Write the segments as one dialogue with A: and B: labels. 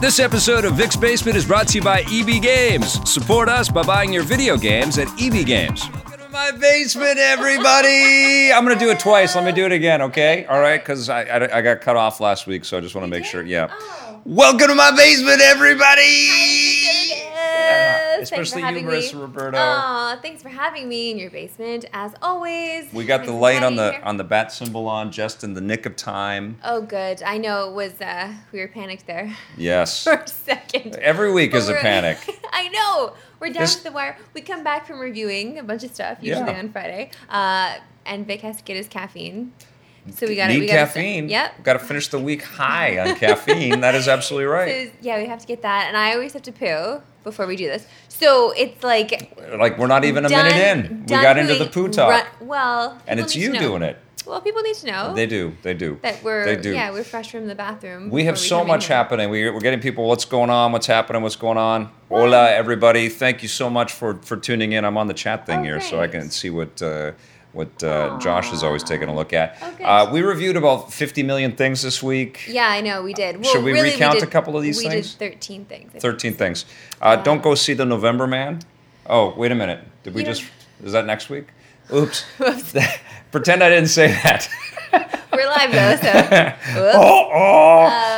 A: This episode of Vic's Basement is brought to you by EB Games. Support us by buying your video games at EB Games. Welcome to my basement, everybody. I'm gonna do it twice. Let me do it again, okay? All right, because I, I I got cut off last week, so I just want to make sure. Yeah.
B: Oh.
A: Welcome to my basement,
B: Yes.
A: everybody.
B: Thanks for
A: Especially
B: having
A: humorous
B: me.
A: Roberto.
B: Aw, thanks for having me in your basement as always.
A: We got
B: I'm
A: the light on
B: glad
A: the
B: you're
A: on the bat symbol on just in the nick of time.
B: here. Oh, good. I know it was. Uh, we were panicked there
A: Yes.
B: for a second.
A: Every week is a
B: We're-
A: panic.
B: I know. We're down
A: This-
B: to the wire. We come back from reviewing a bunch of stuff usually
A: Yeah.
B: on Friday, uh, and Vic has to get his caffeine. So we got
A: Need
B: we gotta-
A: caffeine.
B: Yep.
A: Got to finish the week high on caffeine. that is absolutely right.
B: So, yeah, we have to get that, and I always have to poo before we do this. So it's like
A: Like we're not even a
B: done-
A: minute in. We
B: done
A: got into the
B: doing-
A: poo talk,
B: run- well,
A: and
B: people
A: it's
B: need to
A: you
B: know.
A: doing it.
B: Well, people need to know
A: They do. They do.
B: that we're
A: They do.
B: yeah we're fresh from the bathroom.
A: we have
B: before
A: so
B: come in
A: much
B: here.
A: happening. We, we're getting people. What's going on? What's happening? What's going on? Hola, everybody! Thank you so much for for tuning in. I'm on the chat thing
B: Oh,
A: here, so I
B: great.
A: can see what. Uh, what uh, Josh is always taking a look at.
B: Oh, good.
A: uh, we reviewed about 50 million things this week.
B: Yeah, I know we did. Well,
A: Should we
B: really,
A: recount
B: did-
A: a couple of these
B: we
A: things?
B: did thirteen things. I think.
A: 13 things. Uh, don't go see the November Man. Oh, wait a minute. Did we
B: You don't-
A: just? Is that next week? Oops. Pretend I didn't say that.
B: We're live though, so. Whoops.
A: oh,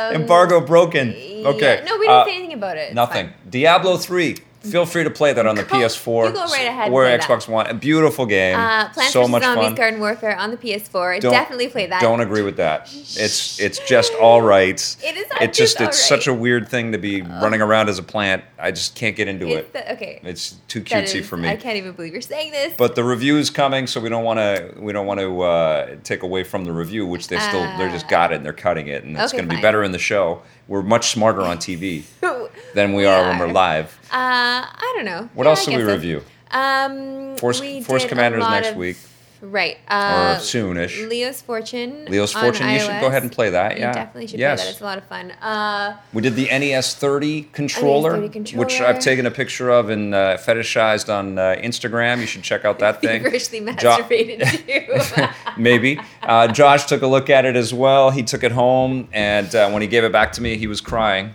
A: oh!
B: Um,
A: embargo broken.
B: Yeah,
A: Okay.
B: No, we didn't
A: uh,
B: say anything about it. It's
A: Nothing.
B: fine.
A: Diablo 3. Feel free to play that on the
B: Go-
A: PS4
B: you go right ahead and
A: or
B: play that.
A: Xbox One. A beautiful game.
B: Uh, Plants
A: so
B: vs.
A: much
B: Zombies
A: fun.
B: Garden Warfare on the PS4.
A: Don't-
B: Definitely play that.
A: Don't agree with that. It's it's just all right.
B: It is not
A: It's just,
B: just all
A: it's
B: right.
A: such a weird thing to be running around as a plant. I just can't get into
B: It's
A: it.
B: the- okay.
A: It's too
B: that
A: cutesy
B: is-
A: for me.
B: I can't even believe you're saying this.
A: But the review is coming, so we don't want to we don't want to uh, take away from the review, which they still they're just
B: Uh,
A: got it and they're cutting it, and it's
B: okay,
A: going to be
B: fine.
A: better in the show. We're much smarter on TV
B: uh,
A: than we,
B: We
A: are, when we're
B: are.
A: live.
B: Uh, I don't know.
A: What
B: Yeah,
A: else
B: I
A: did we
B: guess so.
A: review?
B: Um,
A: Force-
B: we
A: Force
B: did a
A: Commanders
B: lot
A: next
B: of-
A: week.
B: Right. Uh,
A: soon-ish.
B: Leo's Fortune.
A: Leo's
B: on
A: Fortune. You should go
B: iOS.
A: ahead and play that.
B: You
A: Yeah,
B: definitely should
A: yes.
B: play that. It's a lot of fun. Uh,
A: We did the NES 30 controller, which
B: E controller.
A: I've taken a picture of and uh, fetishized on uh, Instagram. You should check out that thing.
B: feverishly
A: Jo-
B: masturbated to.
A: Maybe. Uh, Josh took a look at it as well. He took it home, and uh, when he gave it back to me, he was crying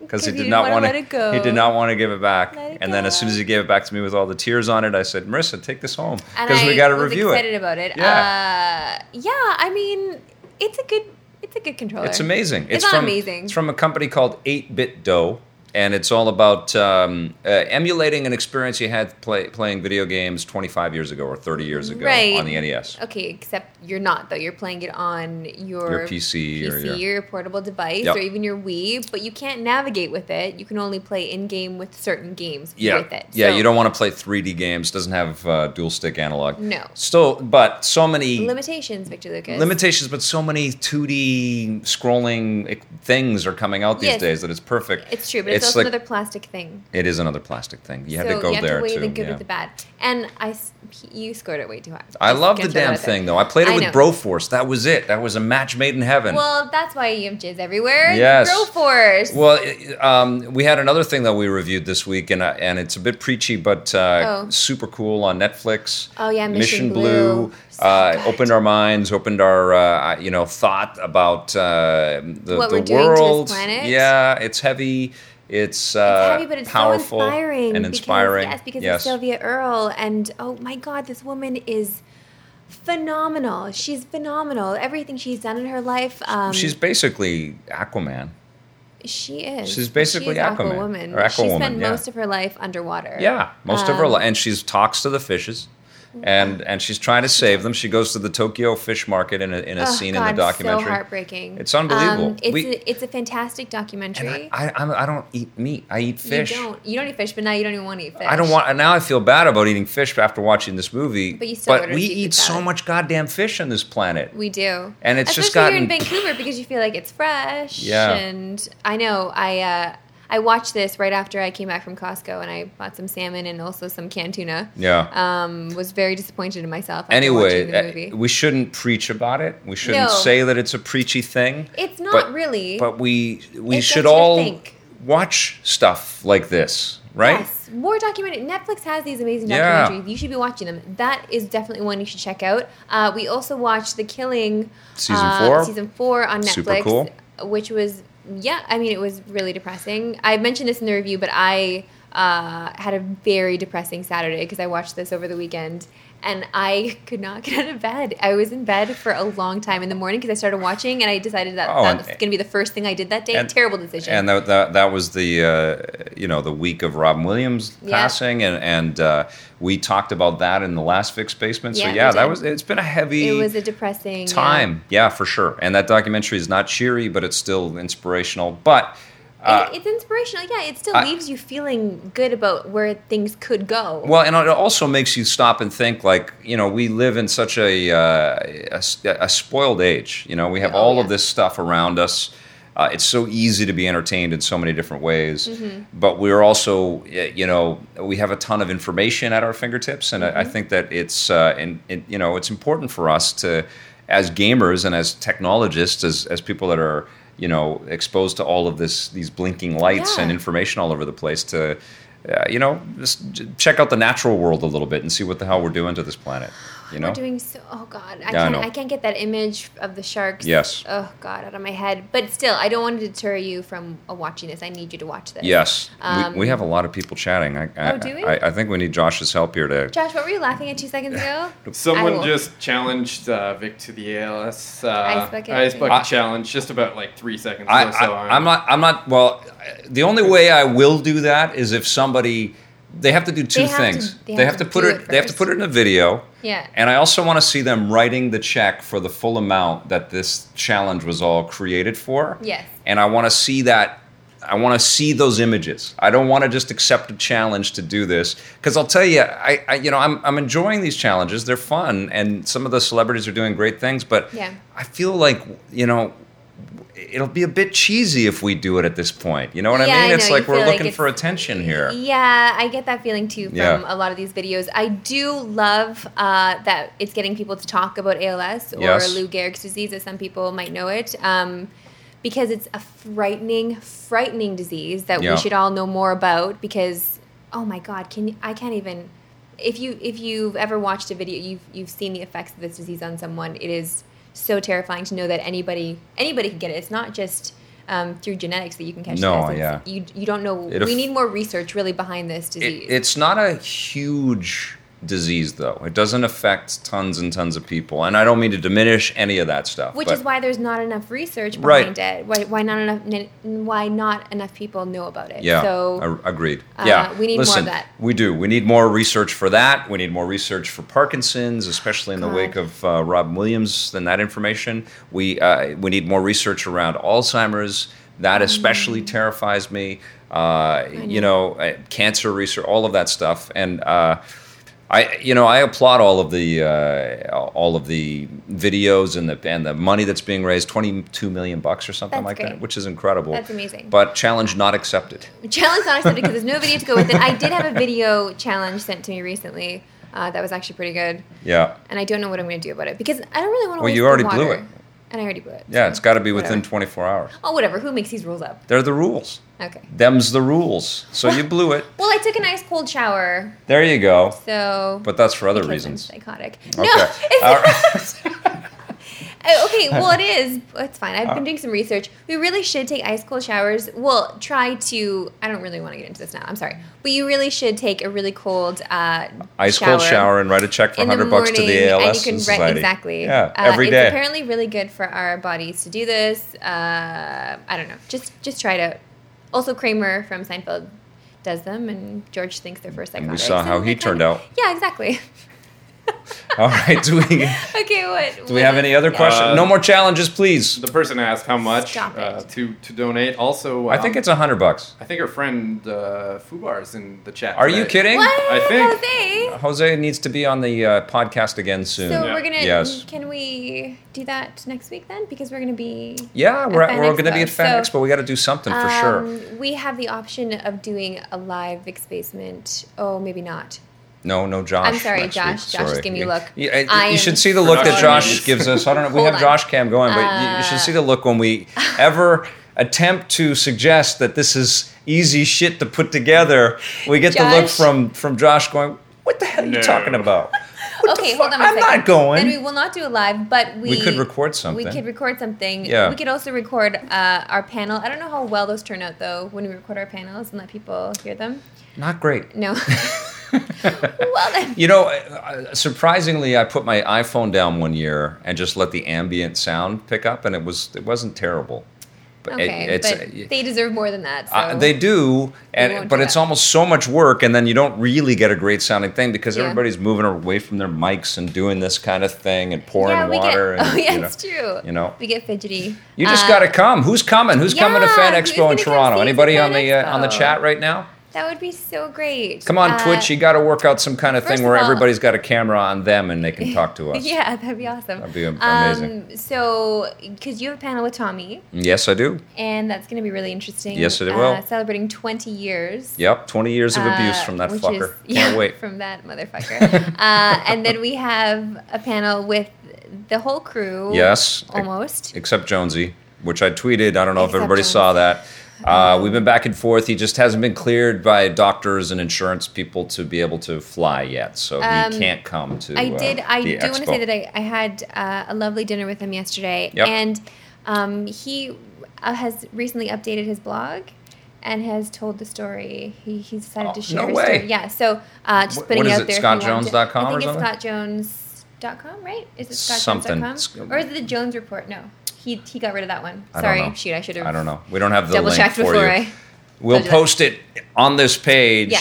A: because
B: 'Cause
A: he
B: he
A: did
B: didn't
A: not
B: wanna
A: want
B: let it go.
A: He did not want to give it back.
B: Let it
A: and then as
B: go.
A: soon as he gave it back to me with all the tears on it, I said, "Marissa, take this home
B: And
A: because we
B: I
A: got to
B: was
A: review
B: excited
A: it.
B: about it.
A: Yeah.
B: Uh, yeah, I mean, it's a good, it's a good controller.
A: It's amazing.
B: It's, not
A: from,
B: amazing.
A: It's from a company called Eight Bit Dough." And it's all about um, uh, emulating an experience you had play, playing video games 25 years ago or 30 years ago
B: Right.
A: on the E NES.
B: okay, except you're not though. You're playing it on your,
A: Your PC or your-
B: your portable device,
A: Yep.
B: or even your Wii, but you can't navigate with it. You can only play in game with certain games
A: yeah.
B: with it.
A: Yeah,
B: So,
A: you don't want to play 3D games. Doesn't have uh, dual stick analog.
B: No.
A: Still, but so many
B: limitations, Victor Lucas.
A: limitations, but so many 2D scrolling eh, things are coming out these
B: Yes.
A: days that it's perfect.
B: It's true, but it's, also another plastic thing.
A: It is another plastic thing. You have
B: so
A: to go
B: you have
A: there
B: to weigh
A: too.
B: the good
A: yeah.
B: with the bad. And I, s- you scored it way too high.
A: I
B: Just
A: love the
B: gonna throw that
A: damn
B: out there.
A: thing though. I played it
B: I
A: with
B: know.
A: Broforce. That was it. That was a match made in heaven.
B: Well, that's why E you have jizz everywhere.
A: Yes.
B: Go force.
A: Well, it- um, we had another thing that we reviewed this week, and uh, and it's a bit preachy, but uh,
B: Oh.
A: super cool on Netflix.
B: Oh, yeah, Mission
A: Blue,
B: Blue.
A: uh,
B: So good.
A: opened our minds, opened our uh, you know thought about uh, the,
B: What
A: the
B: we're doing to this
A: world.
B: planet.
A: Yeah, it's heavy. It's, uh,
B: it's heavy, but it's
A: powerful
B: so inspiring.
A: and
B: because-
A: inspiring.
B: yes, because of Sylvia Earle, and oh my God, this woman is phenomenal. She's phenomenal. Everything she's done in her life, um,
A: she's basically Aquaman.
B: she is.
A: she's basically
B: she is
A: Aquaman,
B: Aquawoman.
A: or
B: she
A: Aquawoman,
B: spent
A: yeah.
B: most of her life underwater.
A: Yeah, most of her
B: Um,
A: life, and she's talks to the fishes, and and she's trying to save them. She goes to the Tokyo fish market in a in a
B: oh,
A: scene
B: God,
A: in the documentary.
B: So heartbreaking.
A: It's unbelievable.
B: Um, it's,
A: We-
B: a, it's a fantastic documentary.
A: and I, I I'm- I don't eat meat. I eat fish.
B: You don't. You don't eat fish, but now you don't even want to eat fish.
A: I don't want. and Now I feel bad about eating fish after watching this movie.
B: But you still ordered
A: we
B: seafood
A: eat so
B: salad.
A: much goddamn fish on this planet.
B: We do.
A: And it's just
B: Especially here in
A: gotten-
B: Vancouver because you feel like it's fresh.
A: Yeah.
B: And I know I uh, I watched this right after I came back from Costco and I bought some salmon and also some canned tuna.
A: Yeah.
B: Um, was very disappointed in myself. After watching the
A: anyway,
B: movie.
A: uh, we shouldn't preach about it. We shouldn't
B: No.
A: say that it's a preachy thing.
B: it's not
A: but-
B: really.
A: But we we
B: It gets
A: should
B: you to
A: all
B: think.
A: watch stuff like this, right?
B: Yes, more documentary. Netflix has these amazing
A: Yeah.
B: documentaries. You should be watching them. That is definitely one you should check out. Uh, we also watched The Killing
A: Season
B: uh,
A: four?
B: season four on Netflix,
A: Super cool.
B: which was yeah. I mean, it was really depressing. I mentioned this in the review, but I uh, had a very depressing Saturday because I watched this over the weekend. And I could not get out of bed. I was in bed for a long time in the morning because I started watching, and I decided that
A: Oh,
B: that
A: and-
B: was going to be the first thing I did that day.
A: And-
B: Terrible decision.
A: And that, that, that was the uh, you know the week of Robin Williams
B: Yeah.
A: passing, and and uh, we talked about that in the last Fix Basement. So
B: Yeah,
A: yeah,
B: we
A: that
B: did.
A: was it's been a heavy
B: it was a depressing uh, yeah.
A: time, yeah. for sure. And that documentary is not cheery, but it's still inspirational. But uh,
B: it, it's inspirational. Yeah, it still
A: I-
B: leaves you feeling good about where things could go.
A: Well, and it also makes you stop and think. Like you know, we live in such a uh, a, s- a spoiled age. You know, we have
B: Oh,
A: all
B: yeah.
A: of this stuff around us. Uh, it's so easy to be entertained in so many different ways,
B: Mm-hmm.
A: but we're also, y- you know, we have a ton of information at our fingertips, and I,
B: Mm-hmm.
A: I think that it's, uh, and, and you know, it's important for us to, as gamers and as technologists, as as people that are, you know, exposed to all of this, these blinking lights and
B: Yeah.
A: information all over the place to uh, you know just j- check out the natural world a little bit and see what the hell we're doing to this planet you know
B: We're doing so. Oh God, I
A: I
B: can't.
A: know.
B: I, can't get that image of the sharks.
A: Yes.
B: Oh God, out of my head. But still, I don't want to deter you from uh, watching this. I need you to watch this.
A: yes
B: Um,
A: we, we have a lot of people chatting I, I,
B: Oh, do we?
A: I, I think we need josh's help here to
B: Josh, what were you laughing at two seconds ago? I will-
C: Someone just challenged uh, Vic to the ALS uh,
B: Ice bucket.
C: ice bucket
A: I-
C: challenge just about like three seconds
A: I,
C: or so.
A: I, am not i'm not well I- the only way i will do that is if somebody they have to do two
B: They have to-
A: things
B: they
A: they
B: have
A: have
B: to
A: to put
B: do
A: it,
B: it
A: they have to
B: first.
A: put it in a video
B: Yeah.
A: and i also want to see them writing the check for the full amount that this challenge was all created for
B: Yes.
A: and I want to see that. I want to see those images. I don't want to just accept a challenge to do this because I'll tell you, I, I you know, I'm, I'm enjoying these challenges. They're fun, and some of the celebrities are doing great things. But
B: Yeah.
A: I feel like you know, it'll be a bit cheesy if we do it at this point. You know what
B: Yeah,
A: I mean?
B: I
A: it's
B: know.
A: like
B: You
A: we're
B: feel like
A: looking
B: it's-
A: for attention here.
B: Yeah, I get that feeling too from
A: Yeah.
B: a lot of these videos. I do love uh, that it's getting people to talk about ALS or
A: Yes.
B: Lou Gehrig's disease, as some people might know it, um, because it's a frightening, frightening disease that
A: Yeah.
B: we should all know more about. Because oh my God, can you, I can't even. If you if you've ever watched a video, you've you've seen the effects of this disease on someone. It is so terrifying to know that anybody anybody can get it. It's not just um, through genetics that you can catch
A: No,
B: this. It's-
A: yeah.
B: you you don't know.
A: It aff-
B: we need more research really behind this disease.
A: It, it's not a huge disease though. It doesn't affect tons and tons of people, and I don't mean to diminish any of that stuff.
B: which
A: but-
B: is why there's not enough research
A: Right.
B: behind it. Why, why not enough? n- Why not enough people know about it?
A: Yeah.
B: So
A: a- agreed.
B: uh,
A: yeah.
B: we need more of
A: Listen,
B: that.
A: We do. We need more research for that. We need more research for Parkinson's, especially in the
B: God.
A: wake of uh, Rob Williams and that information. We uh, we need more research around Alzheimer's.
B: Mm.
A: That especially terrifies me. Uh, you know, uh, cancer research, all of that stuff, and. Uh, I, you know, I applaud all of the uh, all of the videos and the and the money that's being raised twenty two million bucks or something
B: That's
A: like that,
B: great.
A: which is incredible.
B: That's amazing.
A: But challenge not accepted.
B: challenge not accepted because there's no video to go with it. I did have a video challenge sent to me recently uh, that was actually pretty good,
A: Yeah.
B: and I don't know what I'm going to do about it because I don't really want to.
A: Well,
B: waste
A: you
B: the
A: already blew
B: water.
A: it.
B: and I already blew it.
A: Yeah,
B: so
A: it's got to be within
B: whatever.
A: 24 hours.
B: Oh, whatever. Who makes these rules up?
A: They're the rules.
B: Okay.
A: Them's the rules. So you blew it.
B: Well, I took an ice cold shower,
A: There you go.
B: so.
A: But that's for other
B: because
A: reasons.
B: I'm psychotic.
A: Okay.
B: No, it's
A: All
B: Uh, okay, well, it is. It's fine. I've
A: Uh.
B: been doing some research. We really should take ice cold showers. Well, try to. I don't really want to get into this now. I'm sorry, but you really should take a really cold uh,
A: Ice cold shower and write a check for
B: in the
A: 100
B: morning,
A: bucks to the
B: and
A: ALS
B: you can rent-
A: Society.
B: exactly.
A: Yeah,
B: Uh,
A: every
B: it's
A: day.
B: apparently really good for our bodies to do this. Uh, I don't know. Just just try it out. Also, Kramer from Seinfeld does them, and George thinks they're for psychotic.
A: we saw how
B: and
A: he
B: they kind
A: turned
B: of-
A: out.
B: Yeah, exactly.
A: All right. Do we,
B: okay, what?
A: do we have any other questions?
C: Uh,
A: no more challenges, please.
C: the person asked how much
B: Stop
C: uh,
B: it.
C: to to donate. Also,
A: I think
C: um,
A: it's 100 bucks.
C: I think our friend uh, Fubar's in the chat.
A: Are you
C: today.
A: kidding?
B: What? Oh,
C: I think-
B: Jose?
A: Jose needs to be on the uh, podcast again soon.
B: So
C: Yeah.
B: we're gonna.
A: Yes.
B: Can we do that next week then? Because we're gonna be.
A: yeah, we're,
B: At
A: at- we're
B: FanExpo,
A: going to be at
B: so-
A: FanExpo. but we got to do something for sure.
B: Um, We have the option of doing a live Vic's basement. Oh, maybe not.
A: No, no, Josh.
B: I'm sorry,
A: next
B: Josh.
A: week.
B: Josh is
A: Sorry.
B: giving me
A: You-
B: a look.
A: You, I-
B: I
A: you
B: am
A: should see the look that
C: sorry.
A: Josh gives us. I don't know. We
B: Hold
A: have
B: on. Uh.
A: Josh Cam going, but you, you should see the look when we ever attempt to suggest that this is easy shit to put together, we get the look
B: Josh.
A: from from Josh going, "What the hell are you
C: No.
A: talking about?" What the
B: okay, hold
A: fuck?
B: on a
A: I'm
B: second.
A: not going.
B: Then we will not do it live, but we,
A: We could record something.
B: We could record something.
A: Yeah.
B: We could also record uh, our panel. I don't know how well those turn out though when we record our panels and let people hear them.
A: not great.
B: No. well then.
A: You know, uh, surprisingly, I put my iPhone down one year and just let the ambient sound pick up, and it was it wasn't terrible. But it-
B: Okay,
A: it's-
B: but they deserve more than that. So.
A: Uh, they do, and
B: won't
A: but
B: do
A: it's
B: that.
A: almost so much work, and then you don't really get a great sounding thing because
B: Yeah.
A: everybody's moving away from their mics and doing this kind of thing and pouring
B: yeah, we
A: water.
B: Get,
A: and,
B: oh yeah,
A: you know,
B: it's true.
A: you know.
B: we get fidgety.
A: You just
B: Uh,
A: got to come. Who's coming? Who's coming to
B: yeah,
A: Fan
B: who's
A: Expo in
B: gonna come
A: Toronto?
B: see us at
A: Anybody on
B: Fan
A: the uh, on the
B: Expo?
A: chat right now?
B: That would be so great.
A: Come on,
B: Uh,
A: Twitch. You got to work out some kind of
B: first
A: thing
B: of
A: where
B: all-
A: everybody's got a camera on them and they can talk to us.
B: Yeah, that'd be awesome.
A: That'd be am- amazing.
B: Um, so, because you have a panel with Tommy,
A: Yes, I do.
B: and that's going to be really interesting.
A: Yes, it
B: uh,
A: will.
B: Celebrating 20 years.
A: Yep, 20 years of abuse
B: uh,
A: from that
B: which
A: fucker.
B: is-
A: Can't wait.
B: From that motherfucker. uh, and then we have a panel with the whole crew.
A: Yes.
B: Almost.
A: except Jonesy, which I tweeted. I don't know if
B: Except
A: everybody
B: Jonesy.
A: saw that. Uh, we've been back and forth. He just hasn't been cleared by doctors and insurance people to be able to fly yet, so he
B: Um,
A: can't come to.
B: I
A: uh,
B: did. I
A: the
B: do want to
A: expo.
B: say that I, I had uh, a lovely dinner with him yesterday,
A: Yep.
B: and um, he uh, has recently updated his blog and has told the story. He, he decided
A: Oh,
B: to share
A: no
B: his
A: way.
B: story. Yeah. So uh, just
A: Wh-
B: putting
A: what
B: it
A: is
B: out
A: it,
B: there. if you want to-
A: scottjones.com or
B: I think
A: something?
B: it's scottjones.com, right? Is it
A: Something.
B: scottjones.com? Or is it the Jones Report? No. He, he got rid of that one.
A: I don't
B: Sorry.
A: know.
B: Shoot, I should have
A: I don't know. We don't have the
B: double
A: link
B: checked
A: for
B: before
A: you.
B: I.
A: We'll
B: told you that.
A: post it on this page.
B: Yeah.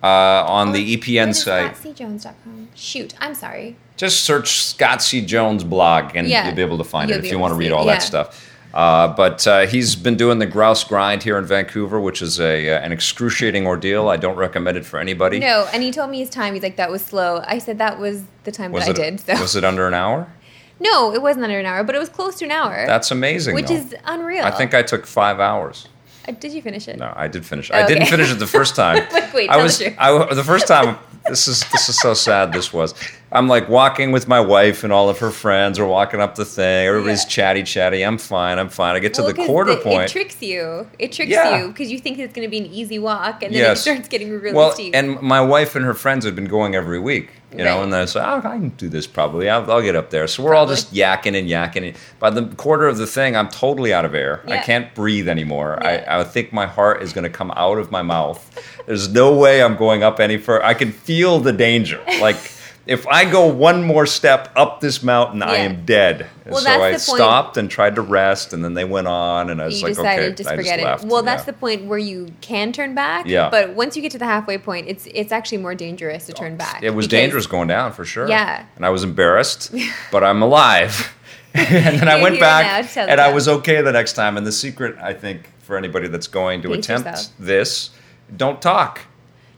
B: Oh,
A: Uh, on the
B: Or- or
A: EPN
B: is it
A: site,
B: scottcjones.com? Shoot, I'm sorry.
A: just search Scott C. Jones blog, and
B: Yeah.
A: you'll be able to find
B: You'll
A: it
B: be
A: if you
B: able
A: want to
B: to see
A: read
B: it,
A: all
B: yeah.
A: that stuff. Uh, but uh, he's been doing the grouse grind here in Vancouver, which is a uh, an excruciating ordeal. I don't recommend it for anybody.
B: No, and he told me his time. He's like, that was slow. I said that was the time
A: was
B: that
A: it
B: I did. So
A: was it under an hour?
B: no, it wasn't under an hour, but it was close to an hour.
A: That's amazing.
B: which
A: though.
B: is uh, unreal.
A: I think I took five hours.
B: Uh, did you finish it?
A: No, I did finish.
B: Oh,
A: I didn't
B: okay.
A: finish it the first time.
B: Like, wait,
A: I
B: tell the
A: was
B: truth.
A: I wa- the first time. This is this is so sad. This was. I'm like walking with my wife and all of her friends are walking up the thing. Everybody's
B: Yeah.
A: chatty chatty. I'm fine. I'm fine. I get to
B: Well,
A: the
B: 'cause
A: quarter
B: it-
A: point.
B: It tricks you. It tricks
A: Yeah.
B: you because you think it's going to be an easy walk, and then
A: Yes.
B: it starts getting really
A: well,
B: steep.
A: and my wife and her friends had been going every week, you know,
B: Right.
A: and I was like, oh, I can do this probably. I'll, I'll get up there. So we're all
B: Probably.
A: just yakking and yakking. By the quarter of the thing, I'm totally out of air. I
B: Yeah.
A: can't breathe anymore.
B: Yeah.
A: I, I think my heart is going to come out of my mouth. There's no way I'm going up any further. I can feel the danger. Like, if I go one more step up this mountain, I
B: Yeah.
A: am dead. And
B: Well,
A: so
B: that's
A: I
B: the point.
A: stopped and tried to rest, and then they went on, and I was
B: you
A: like,
B: decided
A: okay,
B: just
A: I
B: forget
A: just left.
B: it. Well, that's
A: Yeah.
B: the point where you can turn back.
A: Yeah.
B: But once you get to the halfway point, it's it's actually more dangerous to turn back.
A: It was
B: because-
A: dangerous going down for sure.
B: Yeah.
A: And I was embarrassed, but I'm alive. and then I
B: You're
A: went
B: here now
A: back
B: to tell
A: and I
B: them.
A: was okay the next time. And the secret, I think, for anybody that's going to
B: Pace
A: attempt
B: yourself.
A: this, don't talk.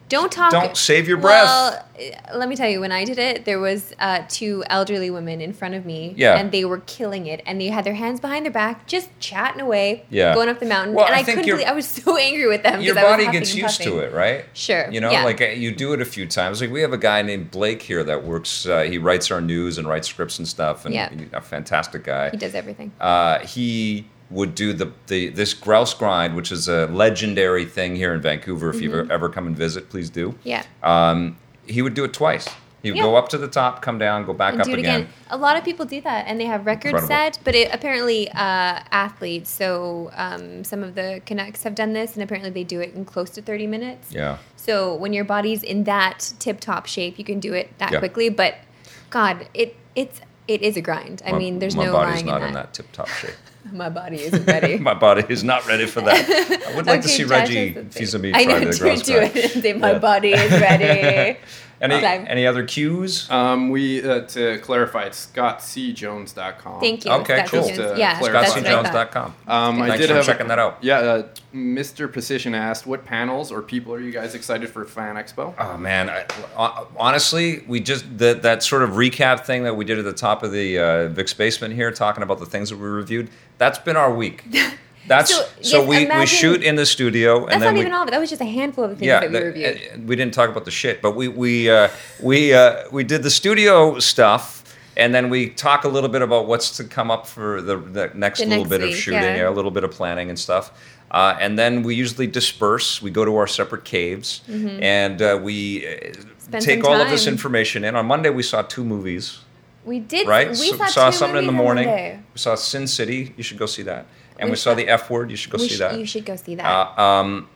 B: Don't talk.
A: Don't save your breath.
B: Well, uh, let me tell you, when I did it, there was uh, two elderly women in front of me,
A: Yeah.
B: and they were killing it, and they had their hands behind their back, just chatting away,
A: Yeah.
B: going up the mountain,
A: Well,
B: and
A: I
B: I,
A: think
B: couldn't
A: your-
B: believe I was so angry with them.
A: Your
B: Um, 'cause I was
A: body
B: huffing
A: gets
B: and
A: used to
B: puffing.
A: it, right?
B: Sure,
A: You know,
B: yeah.
A: like uh, you do it a few times. Like we have a guy named Blake here that works, uh, he writes our news and writes scripts and stuff. And
B: Yeah.
A: a fantastic guy.
B: He does everything.
A: uh, he would do the, the this grouse grind, which is a legendary thing here in Vancouver. If
B: Mm-hmm.
A: you've ever come and visit, please do.
B: Yeah.
A: Um, he would do it twice. He would
B: Yeah.
A: go up to the top, come down, go back
B: and
A: up
B: do it
A: again.
B: again. A lot of people do that, and they have records
A: Incredible.
B: set. But it, apparently, uh, athletes. So um, some of the Canucks have done this, and apparently they do it in close to thirty minutes.
A: Yeah.
B: So when your body's in that tip-top shape, you can do it that
A: Yeah.
B: quickly. But God, it it's it is a grind. I
A: My-
B: mean, there's
A: my
B: no
A: body's
B: lying
A: not
B: in,
A: in
B: that.
A: that tip top shape.
B: My body isn't ready.
A: my body is not ready for that. I would like to
B: Okay,
A: see
B: Josh
A: Reggie
B: has the thing.
A: vis a vis
B: I
A: try
B: know,
A: the
B: do,
A: grouse
B: do
A: grind.
B: it. and say, My
A: Yeah.
B: body is ready.
A: Any
B: Okay.
A: any other cues?
C: Um, we uh, to clarify, it's scottcjones.com.
B: Thank you.
A: Okay,
B: That's
A: cool.
B: what
A: Just,
B: Jones-
C: uh,
B: yeah,
C: clarify.
B: that's what I thought.
A: ScottCjones.com.
C: Um, I
A: Thanks
C: did
A: for
C: have a-
A: checking that out.
C: Yeah, uh, Mr. Precision asked, "What panels or people are you guys excited for Fan Expo?"
A: Oh man, I, hon- honestly, we just that that sort of recap thing that we did at the top of the uh, Vic's basement here, talking about the things that we reviewed. That's been our week. That's so,
B: So, yes,
A: we, we
B: imagine-
A: shoot in the studio
B: That's
A: and
B: not
A: then we
B: even all of it. That was just a handful of the things
A: yeah
B: that we
A: the-
B: reviewed.
A: uh, we didn't talk about the shit, but we we uh, we uh, we did the studio stuff. and then we talk a little bit about what's to come up for the, the next
B: The
A: little
B: next
A: bit
B: week,
A: of shooting,
B: yeah.
A: yeah, a little bit of planning and stuff. Uh, and then we usually disperse. We go to our separate caves and uh, we uh,
B: Mm-hmm. Spend
A: take
B: some
A: all of this
B: time.
A: information in. On Monday, we saw two movies,
B: We did.
A: right?
B: We
A: So-
B: saw, two
A: something in the
B: movies on
A: morning.
B: Monday.
A: We saw Sin City. You should go see that. And we,
B: We
A: saw
B: saw-
A: the F word. You should go
B: We
A: see
B: sh-
A: that
B: You should go see that.
A: uh, um,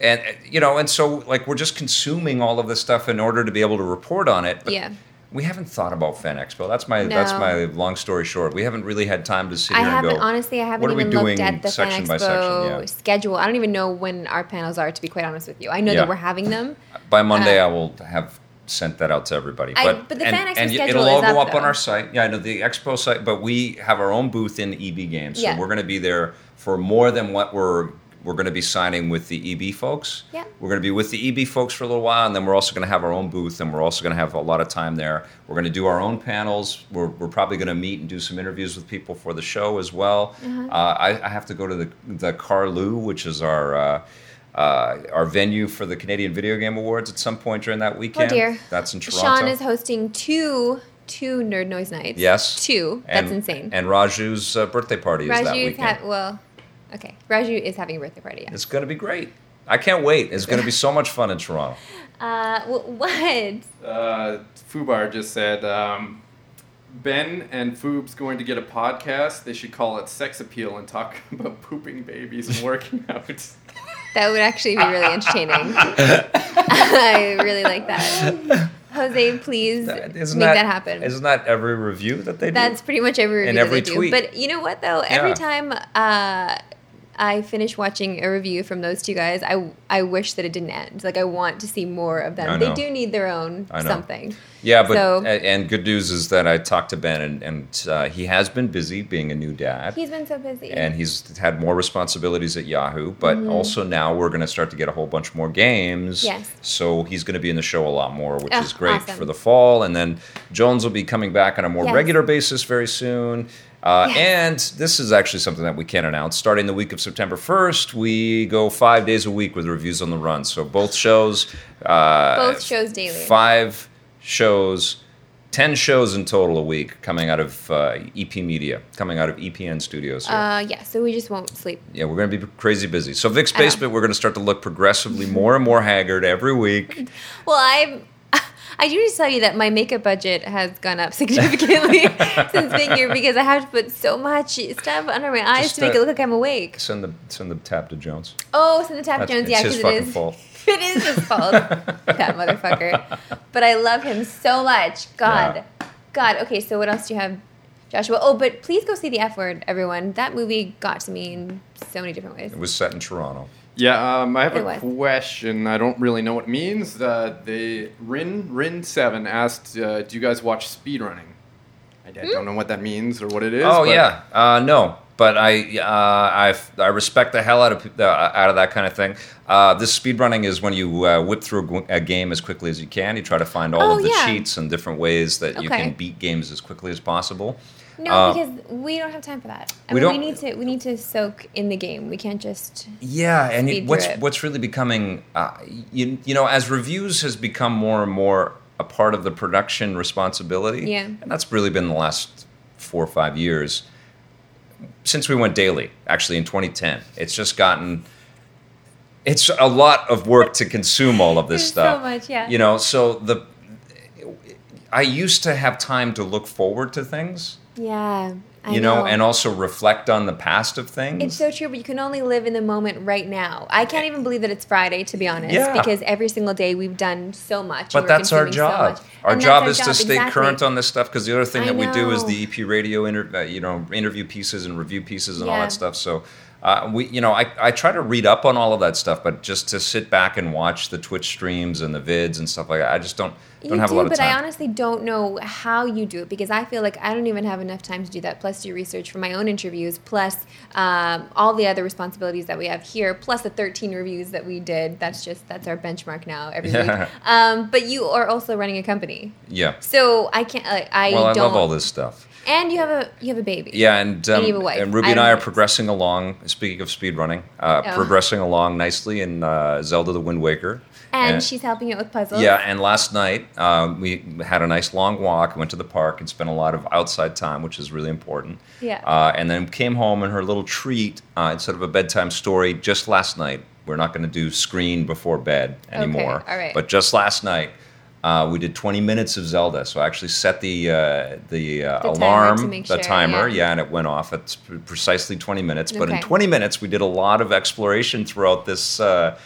A: and uh, you know, and so like we're just consuming all of this stuff in order to be able to report on it. But
B: Yeah.
A: we haven't thought about Fan Expo. That's my that's
B: No.
A: my long story short. We haven't really had time to sit
B: I
A: here
B: haven't
A: and go.
B: honestly. I haven't
A: what are we
B: even
A: doing
B: looked at the
A: section
B: Fan
A: by
B: Expo
A: section, yeah.
B: schedule. I don't even know when our panels are. To be quite honest with you, I know
A: Yeah.
B: that we're having them.
A: By Monday, I
B: uh,
A: will have sent that out to everybody.
B: I-
A: But,
B: but the
A: and,
B: Fan Expo
A: and
B: schedule
A: it'll all
B: is
A: go
B: up,
A: up on
B: though.
A: our site. Yeah, I know the expo site, but we have our own booth in EB Games, so
B: Yeah.
A: we're going to be there for more than what we're we're going to be signing with the EB folks.
B: Yeah.
A: We're going to be with the EB folks for a little while, and then we're also going to have our own booth, and we're also going to have a lot of time there. We're going to do our own panels. We're, we're probably going to meet and do some interviews with people for the show as well.
B: Uh-huh.
A: Uh, I, I have to go to the, the Carlu, which is our. Uh, uh, our venue for the Canadian Video Game Awards at some point during that weekend.
B: Oh, dear.
A: That's in Toronto.
B: Sean is hosting two two Nerd Noise nights.
A: Yes.
B: two.
A: And-
B: That's insane.
A: And Raju's uh, birthday party is that
B: Raju's
A: weekend.
B: ha- well, okay. Raju is having a birthday party. Yeah.
A: it's going to be great. I can't wait. It's going to be so much fun in Toronto.
B: Uh, wh- what?
C: Uh, Fubar just said um, Ben and Foob's going to get a podcast. They should call it Sex Appeal and talk about pooping babies and working out.
B: That would actually be really entertaining. I really like that. Jose, please
A: Isn't
B: make that happen.
A: Isn't that every review that they
B: That's
A: do?
B: pretty much every review
A: And
B: that
A: every
B: they
A: tweet.
B: do. But you know what though? Every
A: Yeah.
B: time uh, I finish watching a review from those two guys, I I wish that it didn't end. Like I want to see more of them.
A: I
B: They
A: know.
B: do need their own
A: I know.
B: something.
A: Yeah, but
B: So-
A: a- and good news is that I talked to Ben and, and uh, he has been busy being a new dad.
B: He's been so busy.
A: and he's had more responsibilities at Yahoo. But also now we're going to start to get a whole bunch more games.
B: Mm-hmm. Yes.
A: So he's going to be in the show a lot more, which
B: Oh,
A: is great
B: awesome.
A: for the fall. And then Jones will be coming back on a more
B: Yes.
A: regular basis very soon. Uh,
B: Yes.
A: And this is actually something that we can announce. Starting the week of September 1st, we go five days a week with reviews on the run. So both shows. Uh,
B: Both shows daily.
A: Five shows. 10 shows in total a week coming out of uh, EP Media, coming out of EPN Studios. Here.
B: uh, yeah, so we just won't sleep.
A: Yeah, we're going to be crazy busy. So Vic's
B: I know.
A: basement, we're going to start to look progressively more and more haggard every week.
B: Well, I'm. I do need to tell you that my makeup budget has gone up significantly since being here because I have to put so much stuff under my eyes
A: Just,
B: to make
A: uh,
B: it look like I'm awake.
A: Send the send the tab to Jones.
B: Oh, so the Tap
A: That's-
B: Jones,
A: it's
B: yeah,
A: his
B: because it
A: fucking
B: is.
A: fault.
B: It is his fault, that motherfucker. But I love him so much. God, God. Okay, so what else do you have, Joshua? Oh, but please go see the F word, everyone. That movie got to me in so many different ways.
A: It was set in Toronto.
C: Yeah, um, I have
B: It
C: a
B: was.
C: question. I don't really know what it means. Uh, they Rin Rin Seven asked, uh, "Do you guys watch speedrunning?" I, I
B: Hmm?
C: don't know what that means or what it is.
A: oh
C: but-
A: yeah, uh, no, but I uh, I f- I respect the hell out of pe- uh, out of that kind of thing. Uh, this speedrunning is when you uh, whip through a gw- a game as quickly as you can. You try to find all
B: Oh,
A: of the
B: yeah.
A: cheats and different ways that you
B: Okay.
A: can beat games as quickly as possible.
B: No,
A: Uh,
B: because we don't have time for that. I
A: we
B: mean, we
A: don't-
B: need to. We need to soak in the game. We can't just.
A: Yeah, and
B: Speed
A: it,
B: through
A: what's
B: it.
A: what's really becoming, uh, you you know, as reviews has become more and more a part of the production responsibility.
B: Yeah.
A: and that's really been the last four or five years since we went daily. Actually, in 2010, it's just gotten. It's a lot of work to consume all of this
B: There's so
A: stuff.
B: much, yeah.
A: You know, so the I used to have time to look forward to things,
B: Yeah, I
A: you know, and also reflect on the past of things.
B: It's so true, but you can only live in the moment right now. I can't even believe that it's Friday, to be honest,
A: Yeah.
B: because every single day we've done so much. and
A: But
B: we're
A: that's our
B: consuming so
A: job.
B: much.
A: our
B: And that's
A: job is to stay
B: exactly.
A: current on this stuff because the other thing
B: I
A: that we do is
B: know.
A: the EP radio, inter- uh, you know, interview pieces and review pieces and all
B: Yeah.
A: that stuff. So. Uh, we, you know, I, I try to read up on all of that stuff, but just to sit back and watch the Twitch streams and the vids and stuff like that, I just don't don't
B: you
A: have a
B: do,
A: lot of
B: but I
A: time.
B: honestly don't know how you do it because I feel like I don't even have enough time to do that. Plus, do research for my own interviews, plus um, all the other responsibilities that we have here, plus the 13 reviews that we did. That's just that's our benchmark now every
A: Yeah.
B: week. Um, but you are also running a company,
A: yeah.
B: so I can't. Like, I
A: Well, I
B: don't.
A: love all this stuff.
B: And you have a you have a baby.
A: Yeah, and
B: And you
A: um,
B: have a wife.
A: and Ruby and
B: I
A: I
B: have
A: are
B: kids.
A: progressing along. Speaking of speed running, uh,
B: Oh.
A: progressing along nicely in uh, Zelda: The Wind Waker,
B: And,
A: And-
B: she's helping out with puzzles.
A: Yeah, and last night um, we had a nice long walk, went to the park, and spent a lot of outside time, which is really important.
B: Yeah.
A: Uh, and then came home, and her little treat, uh, it's sort of a bedtime story, just last night. We're not going to do screen before bed anymore.
B: all right.
A: But just last night, uh, we did 20 minutes of Zelda. So I actually set the uh, the, uh,
B: The timer to
A: alarm,
B: make
A: the
B: sure,
A: timer,
B: yeah.
A: yeah. and it went off at p- precisely 20 minutes. But in 20
B: Okay.
A: minutes, we did a lot of exploration throughout this. Uh,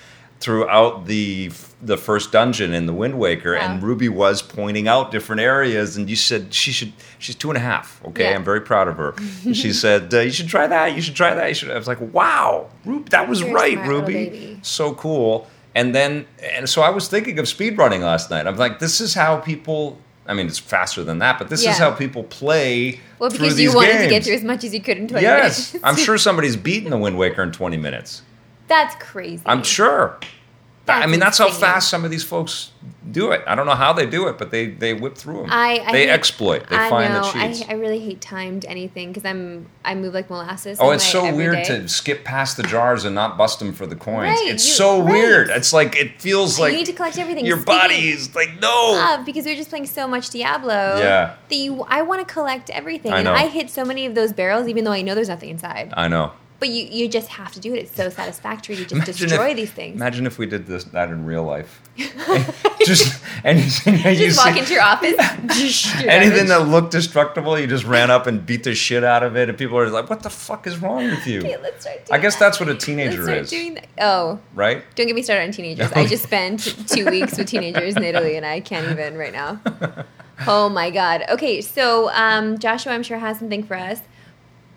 A: throughout the the first dungeon in the Wind Waker, and
B: Wow.
A: Ruby was pointing out different areas, and you said she should. She's two and a half. Okay,
B: Yeah.
A: I'm very proud of her. And she said uh, you should try that. You should try that. You should. I was like, wow, Ruby, that was
B: You're a
A: right,
B: smart little
A: Ruby.
B: baby.
A: So cool. And then, and so I was thinking of speedrunning last night. I'm like, this is how people. I mean, it's faster than that, but this
B: Yeah.
A: is how people play.
B: Well,
A: through
B: because you
A: these
B: wanted to get
A: games.
B: through as much as you could in 20
A: Yes,
B: minutes.
A: I'm sure somebody's beaten the Wind Waker in 20 minutes.
B: That's crazy.
A: I'm sure.
B: That's
A: I mean, that's how
B: insane.
A: fast some of these folks do it. I don't know how they do it, but they they whip through them.
B: I, I
A: they
B: hate-
A: exploit. They
B: I
A: find
B: know,
A: the cheats.
B: I, I really hate timed anything because I'm I move like molasses.
A: oh,
B: in
A: it's
B: my
A: so
B: every
A: weird
B: day.
A: to skip past the jars and not bust them for the coins.
B: Right,
A: it's
B: you-
A: so
B: right.
A: weird. It's like it feels
B: You
A: like
B: need to collect everything.
A: Your
B: Speaking
A: body is like no.
B: of, because we were just playing so much Diablo.
A: Yeah.
B: That you, I want to collect everything.
A: I know.
B: And I hit so many of those barrels, even though I know there's nothing inside.
A: I know.
B: But you, you just have to do it. It's so satisfactory to just
A: Imagine if-
B: destroy these things.
A: Imagine if we did this that in real life. just anything that you
B: just walk
A: see-
B: into your office. your
A: Anything
B: garbage.
A: that looked destructible, you just ran up and beat the shit out of it, and people are like, "What the fuck is wrong with you?"
B: Okay, let's start
A: I
B: doing
A: guess
B: that.
A: that's what a
B: Let's
A: teenager
B: start
A: is,
B: doing that. Oh,
A: right?
B: don't get me started on teenagers. I just spent two weeks with teenagers in Italy, and I can't even right now. Oh my god. Okay, so um, Joshua, I'm sure has something for us,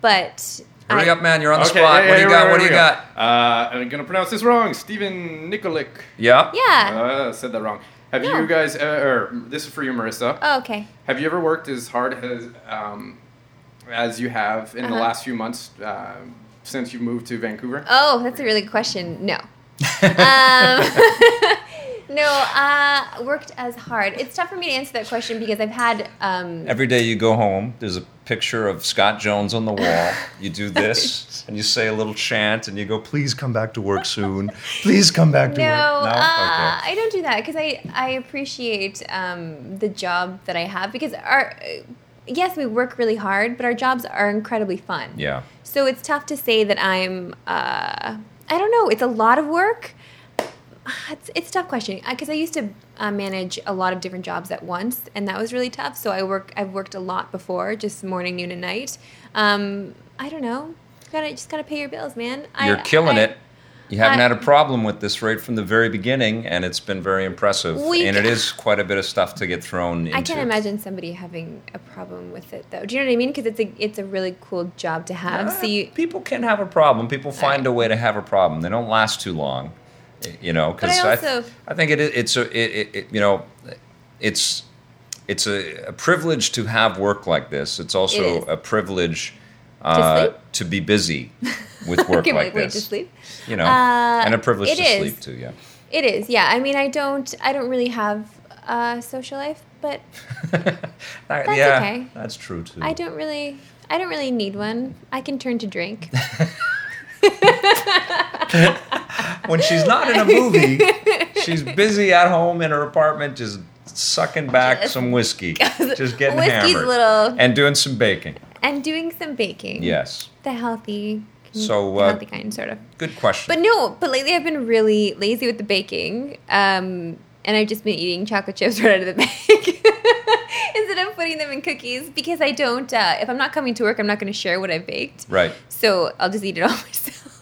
B: but
A: Hurry
B: I-
A: up, man! You're on the
C: Okay,
A: spot.
C: hey,
A: what do
C: hey,
A: you
C: wait,
A: got?
C: wait,
A: what do you
C: wait.
A: got?
C: Uh, I'm gonna pronounce this wrong. Stephen Nikolic.
A: Yeah.
B: Yeah.
C: Uh, said that wrong. Have
B: No.
C: you guys? Uh, or this is for you, Marissa.
B: Oh, okay.
C: Have you ever worked as hard as um, as you have in the
B: Uh-huh.
C: last few months uh, since you moved to Vancouver?
B: Oh, that's a really good question. No. Um, no. Uh, worked as hard. It's tough for me to answer that question because I've had. Um,
A: Every day you go home, there's a picture of Scott Jones on the wall. You do this, and you say a little chant, and you go, "Please come back to work soon. Please come back to
B: no,
A: work."
B: uh,
A: No. Okay.
B: I don't do that because I, I appreciate um, the job that I have because our uh, yes we work really hard but our jobs are incredibly fun.
A: Yeah.
B: So it's tough to say that I'm. Uh, I don't know. It's a lot of work. It's, it's a tough question because I used to uh, manage a lot of different jobs at once, and that was really tough. So I work. I've worked a lot before, just morning, noon, and night. Um, I don't know. Gotta just gotta pay your bills, man.
A: You're
B: I,
A: killing
B: I-
A: it. You haven't
B: I-
A: had a problem with this right from the very beginning, and it's been very impressive.
B: We
A: and it
B: ca-
A: is quite a bit of stuff to get thrown into.
B: I can't imagine somebody having a problem with it though. Do you know what I mean? Because it's a it's a really cool job to have.
A: Uh,
B: so you,
A: people can have a problem. People find a way to have a problem. They don't last too long, y- you know. Because
B: But I
A: I, th-
B: also-
A: I think it, i- it's a, it, it, it, you know, it's it's a, a privilege to have work like this. It's also
B: is.
A: a privilege uh,
B: sleep?
A: to be busy with work
B: okay,
A: like
B: wait, wait,
A: this.
B: to sleep.
A: You know,
B: Uh,
A: and a privilege
B: it
A: to
B: is.
A: sleep too. Yeah.
B: It is, yeah. I mean, I don't, I don't really have a social life, but
A: that's yeah,
B: okay.
A: that's true too.
B: I don't really, I don't really need one. I can turn to drink.
A: when she's not in a movie, she's busy at home in her apartment, just sucking back
B: Just-
A: some whiskey, just getting
B: Whiskey's
A: hammered,
B: little-
A: and doing some baking.
B: and doing some baking.
A: Yes,
B: the healthy,
A: So,
B: the
A: uh,
B: healthy kind, sort of.
A: good question.
B: But no, but lately I've been really lazy with the baking, um, and I've just been eating chocolate chips right out of the bag instead of putting them in cookies because I don't. Uh, if I'm not coming to work, I'm not going to share what I've baked.
A: right,
B: So I'll just eat it all myself.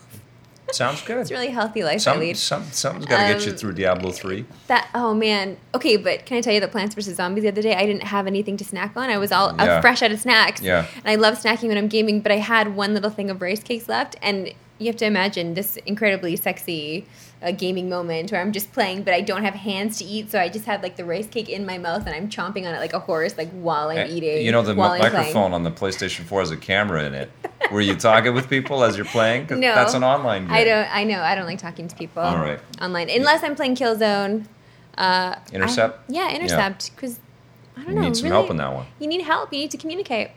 A: sounds good.
B: It's a really healthy life I
A: some,
B: lead.
A: some, something's got to get you
B: Um,
A: through Diablo three.
B: That oh man. Okay, but can I tell you that Plants vs Zombies the other day I didn't have anything to snack on. I was all uh,
A: Yeah.
B: fresh out of snacks.
A: Yeah.
B: And I love snacking when I'm gaming, but I had one little thing of rice cakes left and you have to imagine this incredibly sexy uh, gaming moment where I'm just playing but I don't have hands to eat, so I just have like the rice cake in my mouth and I'm chomping on it like a horse like while I'm
A: Eh,
B: eating.
A: you know the mi-
B: while I'm playing.
A: microphone on the PlayStation Four has a camera in it. Were you talking with people as you're playing? 'Cause
B: No.
A: that's an online game.
B: I don't I know, I don't like talking to people
A: All right.
B: online unless I'm playing Killzone. Uh, I-
A: Intercept?
B: yeah, intercept because I don't
A: You
B: know.
A: need some
B: really-
A: help in that one.
B: You need help. You need to communicate.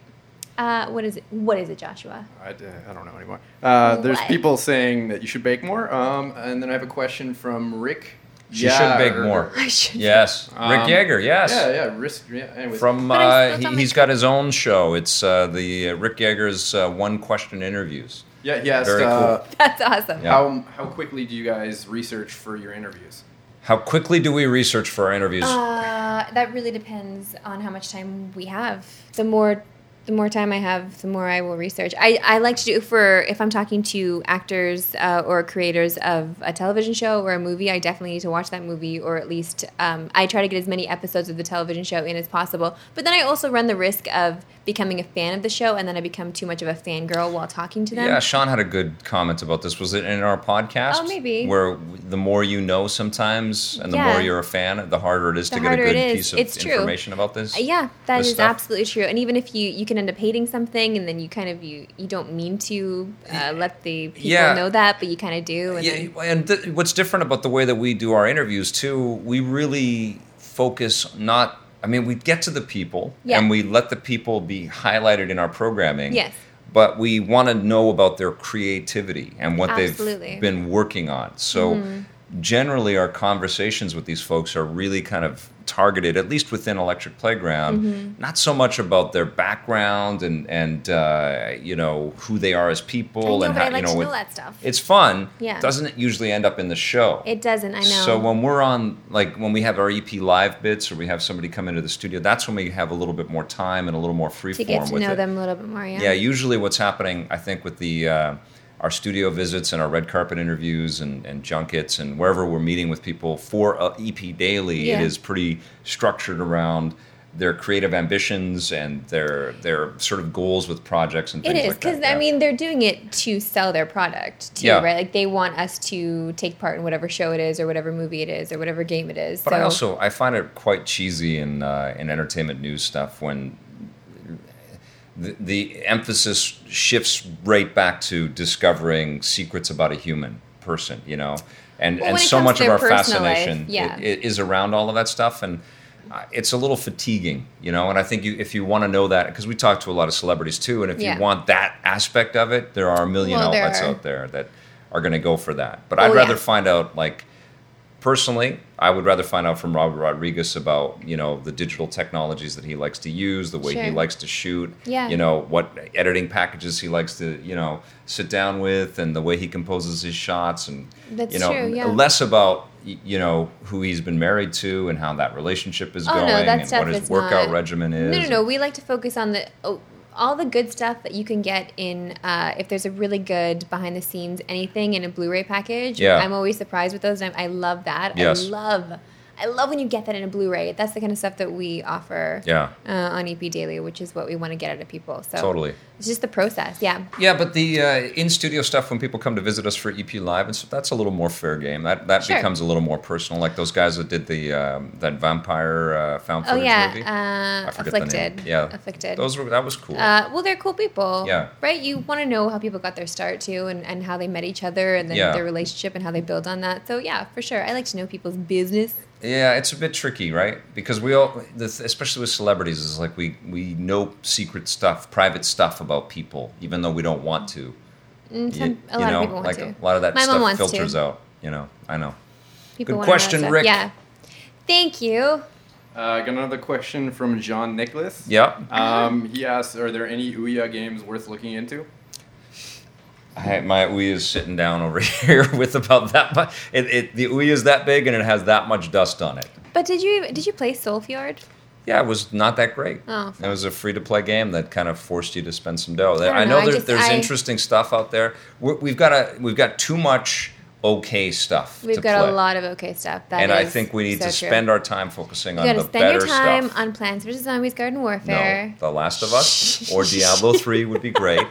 B: Uh, what is it? What is it, Joshua?
C: I, d- I don't know anymore. Uh, there's
B: What?
C: people saying that you should bake more. Um, and then I have a question from Rick.
A: She should bake
C: or-
A: more.
B: I should.
A: Yes, Rick
C: Um,
A: Yeager. Yes.
C: Yeah, yeah. Risk. Yeah. Anyways.
A: From
B: But I
A: uh,
B: still don't
A: he, has
B: make-
A: got his own show. It's uh, the uh, Rick Yeager's uh, one question interviews.
C: yeah, he asked,
A: Very cool.
C: uh,
B: That's awesome.
A: Yeah.
C: how how quickly do you guys research for your interviews?
A: How quickly do we research for our interviews?
B: Uh, that really depends on how much time we have. The more, the more time I have, the more I will research. I, I like to do for if I'm talking to actors uh, or creators of a television show or a movie, I definitely need to watch that movie or at least um, I try to get as many episodes of the television show in as possible. But then I also run the risk of becoming a fan of the show and then I become too much of a fangirl while talking to them.
A: Yeah, Sean had a good comment about this. Was it in our podcast?
B: Oh, maybe.
A: Where the more you know sometimes and the
B: Yeah.
A: more you're a fan, the harder it is
B: The
A: to get a
B: harder it
A: good
B: is.
A: piece of
B: It's true.
A: information about this.
B: Yeah, that
A: this
B: is
A: stuff.
B: absolutely true. And even if you you can end up hating something, and then you kind of you you don't mean to uh, let the people
A: Yeah.
B: know that, but you kind of do. And
A: Yeah,
B: then,
A: and th- what's different about the way that we do our interviews too? We really focus not. I mean, we get to the people,
B: Yeah.
A: and we let the people be highlighted in our programming.
B: Yes.
A: But we want to know about their creativity and what
B: Absolutely. Mm-hmm.
A: they've been working on. So, generally, our conversations with these folks are really kind of targeted, at least within Electric Playground,
B: Mm-hmm.
A: not so much about their background and and uh, you know who they are as people
B: I know,
A: and
B: but
A: how
B: I
A: you
B: like
A: know
B: to
A: what-
B: know that stuff.
A: it's fun.
B: Yeah.
A: Doesn't it usually end up in the show?
B: it doesn't. I know.
A: So when we're on, like when we have our EP live bits or we have somebody come into the studio, that's when we have a little bit more time and a little more free
B: to
A: form
B: get to
A: with
B: know
A: it.
B: them a little bit more, yeah.
A: Yeah. Usually, what's happening, I think, with the uh, our studio visits and our red carpet interviews and, and junkets and wherever we're meeting with people for uh, EP Daily,
B: Yeah.
A: it is pretty structured around their creative ambitions and their their sort of goals with projects and
B: It
A: things
B: is
A: like that.
B: because I
A: Yeah.
B: mean they're doing it to sell their product too,
A: Yeah.
B: right? Like they want us to take part in whatever show it is, or whatever movie it is, or whatever game it is.
A: But
B: so
A: I also I find it quite cheesy in uh, in entertainment news stuff when the, the emphasis shifts right back to discovering secrets about a human person, you know, and
B: Well,
A: and
B: when it
A: so
B: comes
A: much
B: to
A: of
B: their
A: our
B: personal life,
A: fascination i-
B: yeah.
A: i- is around all of that stuff and. uh, It's a little fatiguing, you know, and I think you, if you want to know that, because we talk to a lot of celebrities too, and if
B: Yeah.
A: you want that aspect of it, there are a million
B: Well, there
A: outlets
B: are.
A: out there that are going to go for that. But
B: Oh,
A: I'd rather
B: yeah.
A: find out, like, personally, I would rather find out from Robert Rodriguez about you know the digital technologies that he likes to use, the way he
B: Sure.
A: likes to shoot,
B: Yeah.
A: you know what editing packages he likes to you know sit down with, and the way he composes his shots, and
B: That's
A: you know
B: true, yeah.
A: less about y- you know who he's been married to and how that relationship is
B: Oh, no,
A: going
B: that
A: and
B: stuff
A: what his
B: is
A: workout
B: not-
A: regimen is.
B: No, no, no. We like to focus on the oh, all the good stuff that you can get in uh, if there's a really good behind the scenes anything in a Blu-ray package.
A: Yeah.
B: I'm always surprised with those, and I, I love that.
A: Yes.
B: I love, I love when you get that in a Blu-ray. That's the kind of stuff that we offer.
A: Yeah.
B: Uh, on EP Daily, which is what we want to get out of people. So
A: Totally.
B: it's just the process. Yeah.
A: Yeah, but the uh, in studio stuff when people come to visit us for EP Live and stuff, that's a little more fair game. That that
B: Sure.
A: becomes a little more personal. Like those guys that did the um, that vampire uh, found
B: Oh
A: footage movie.
B: yeah. Uh,
A: forget the name.
B: afflicted.
A: Yeah,
B: Afflicted.
A: Those were that was cool.
B: Uh, well, they're cool people,
A: Yeah.
B: right? You want to know how people got their start too, and, and how they met each other, and then
A: Yeah.
B: their relationship, and how they build on that. So yeah, for sure, I like to know people's business.
A: yeah, it's a bit tricky, right? Because we all, the th- especially with celebrities, is like we we know secret stuff, private stuff about people, even though we don't want to.
B: And
A: Y-
B: some, a lot
A: you know,
B: of people want
A: like
B: to.
A: a lot of that
B: My mom
A: stuff
B: wants to.
A: filters out. You know, I know.
B: People
A: Good
B: wanna know that
A: question,
B: stuff.
A: Rick.
B: Yeah, thank you.
C: Uh, got another question from John Nicholas.
A: Yep.
C: Um, he asks, are there any Ouya games worth looking into?
A: I, my Ouya is sitting down over here with about that much. It, it, the Ouya is that big and it has that much dust on it.
B: But did you did you play Soulfjord?
A: Yeah, it was not that great.
B: Oh,
A: it was a free to play game that kind of forced you to spend some dough. I,
B: don't
A: know,
B: know, I
A: there-
B: just-
A: there's
B: I-
A: interesting stuff out there. We're, we've got a we've got too much okay stuff.
B: We've
A: to
B: got
A: play.
B: a lot of okay stuff. That
A: and I
B: is
A: think we need
B: so
A: to
B: true.
A: spend our time focusing
B: You
A: on
B: gotta
A: the
B: spend
A: better
B: your time
A: stuff.
B: on Plants vs Zombies: Garden
A: no,
B: Warfare.
A: The Last of Us or Diablo Three would be great.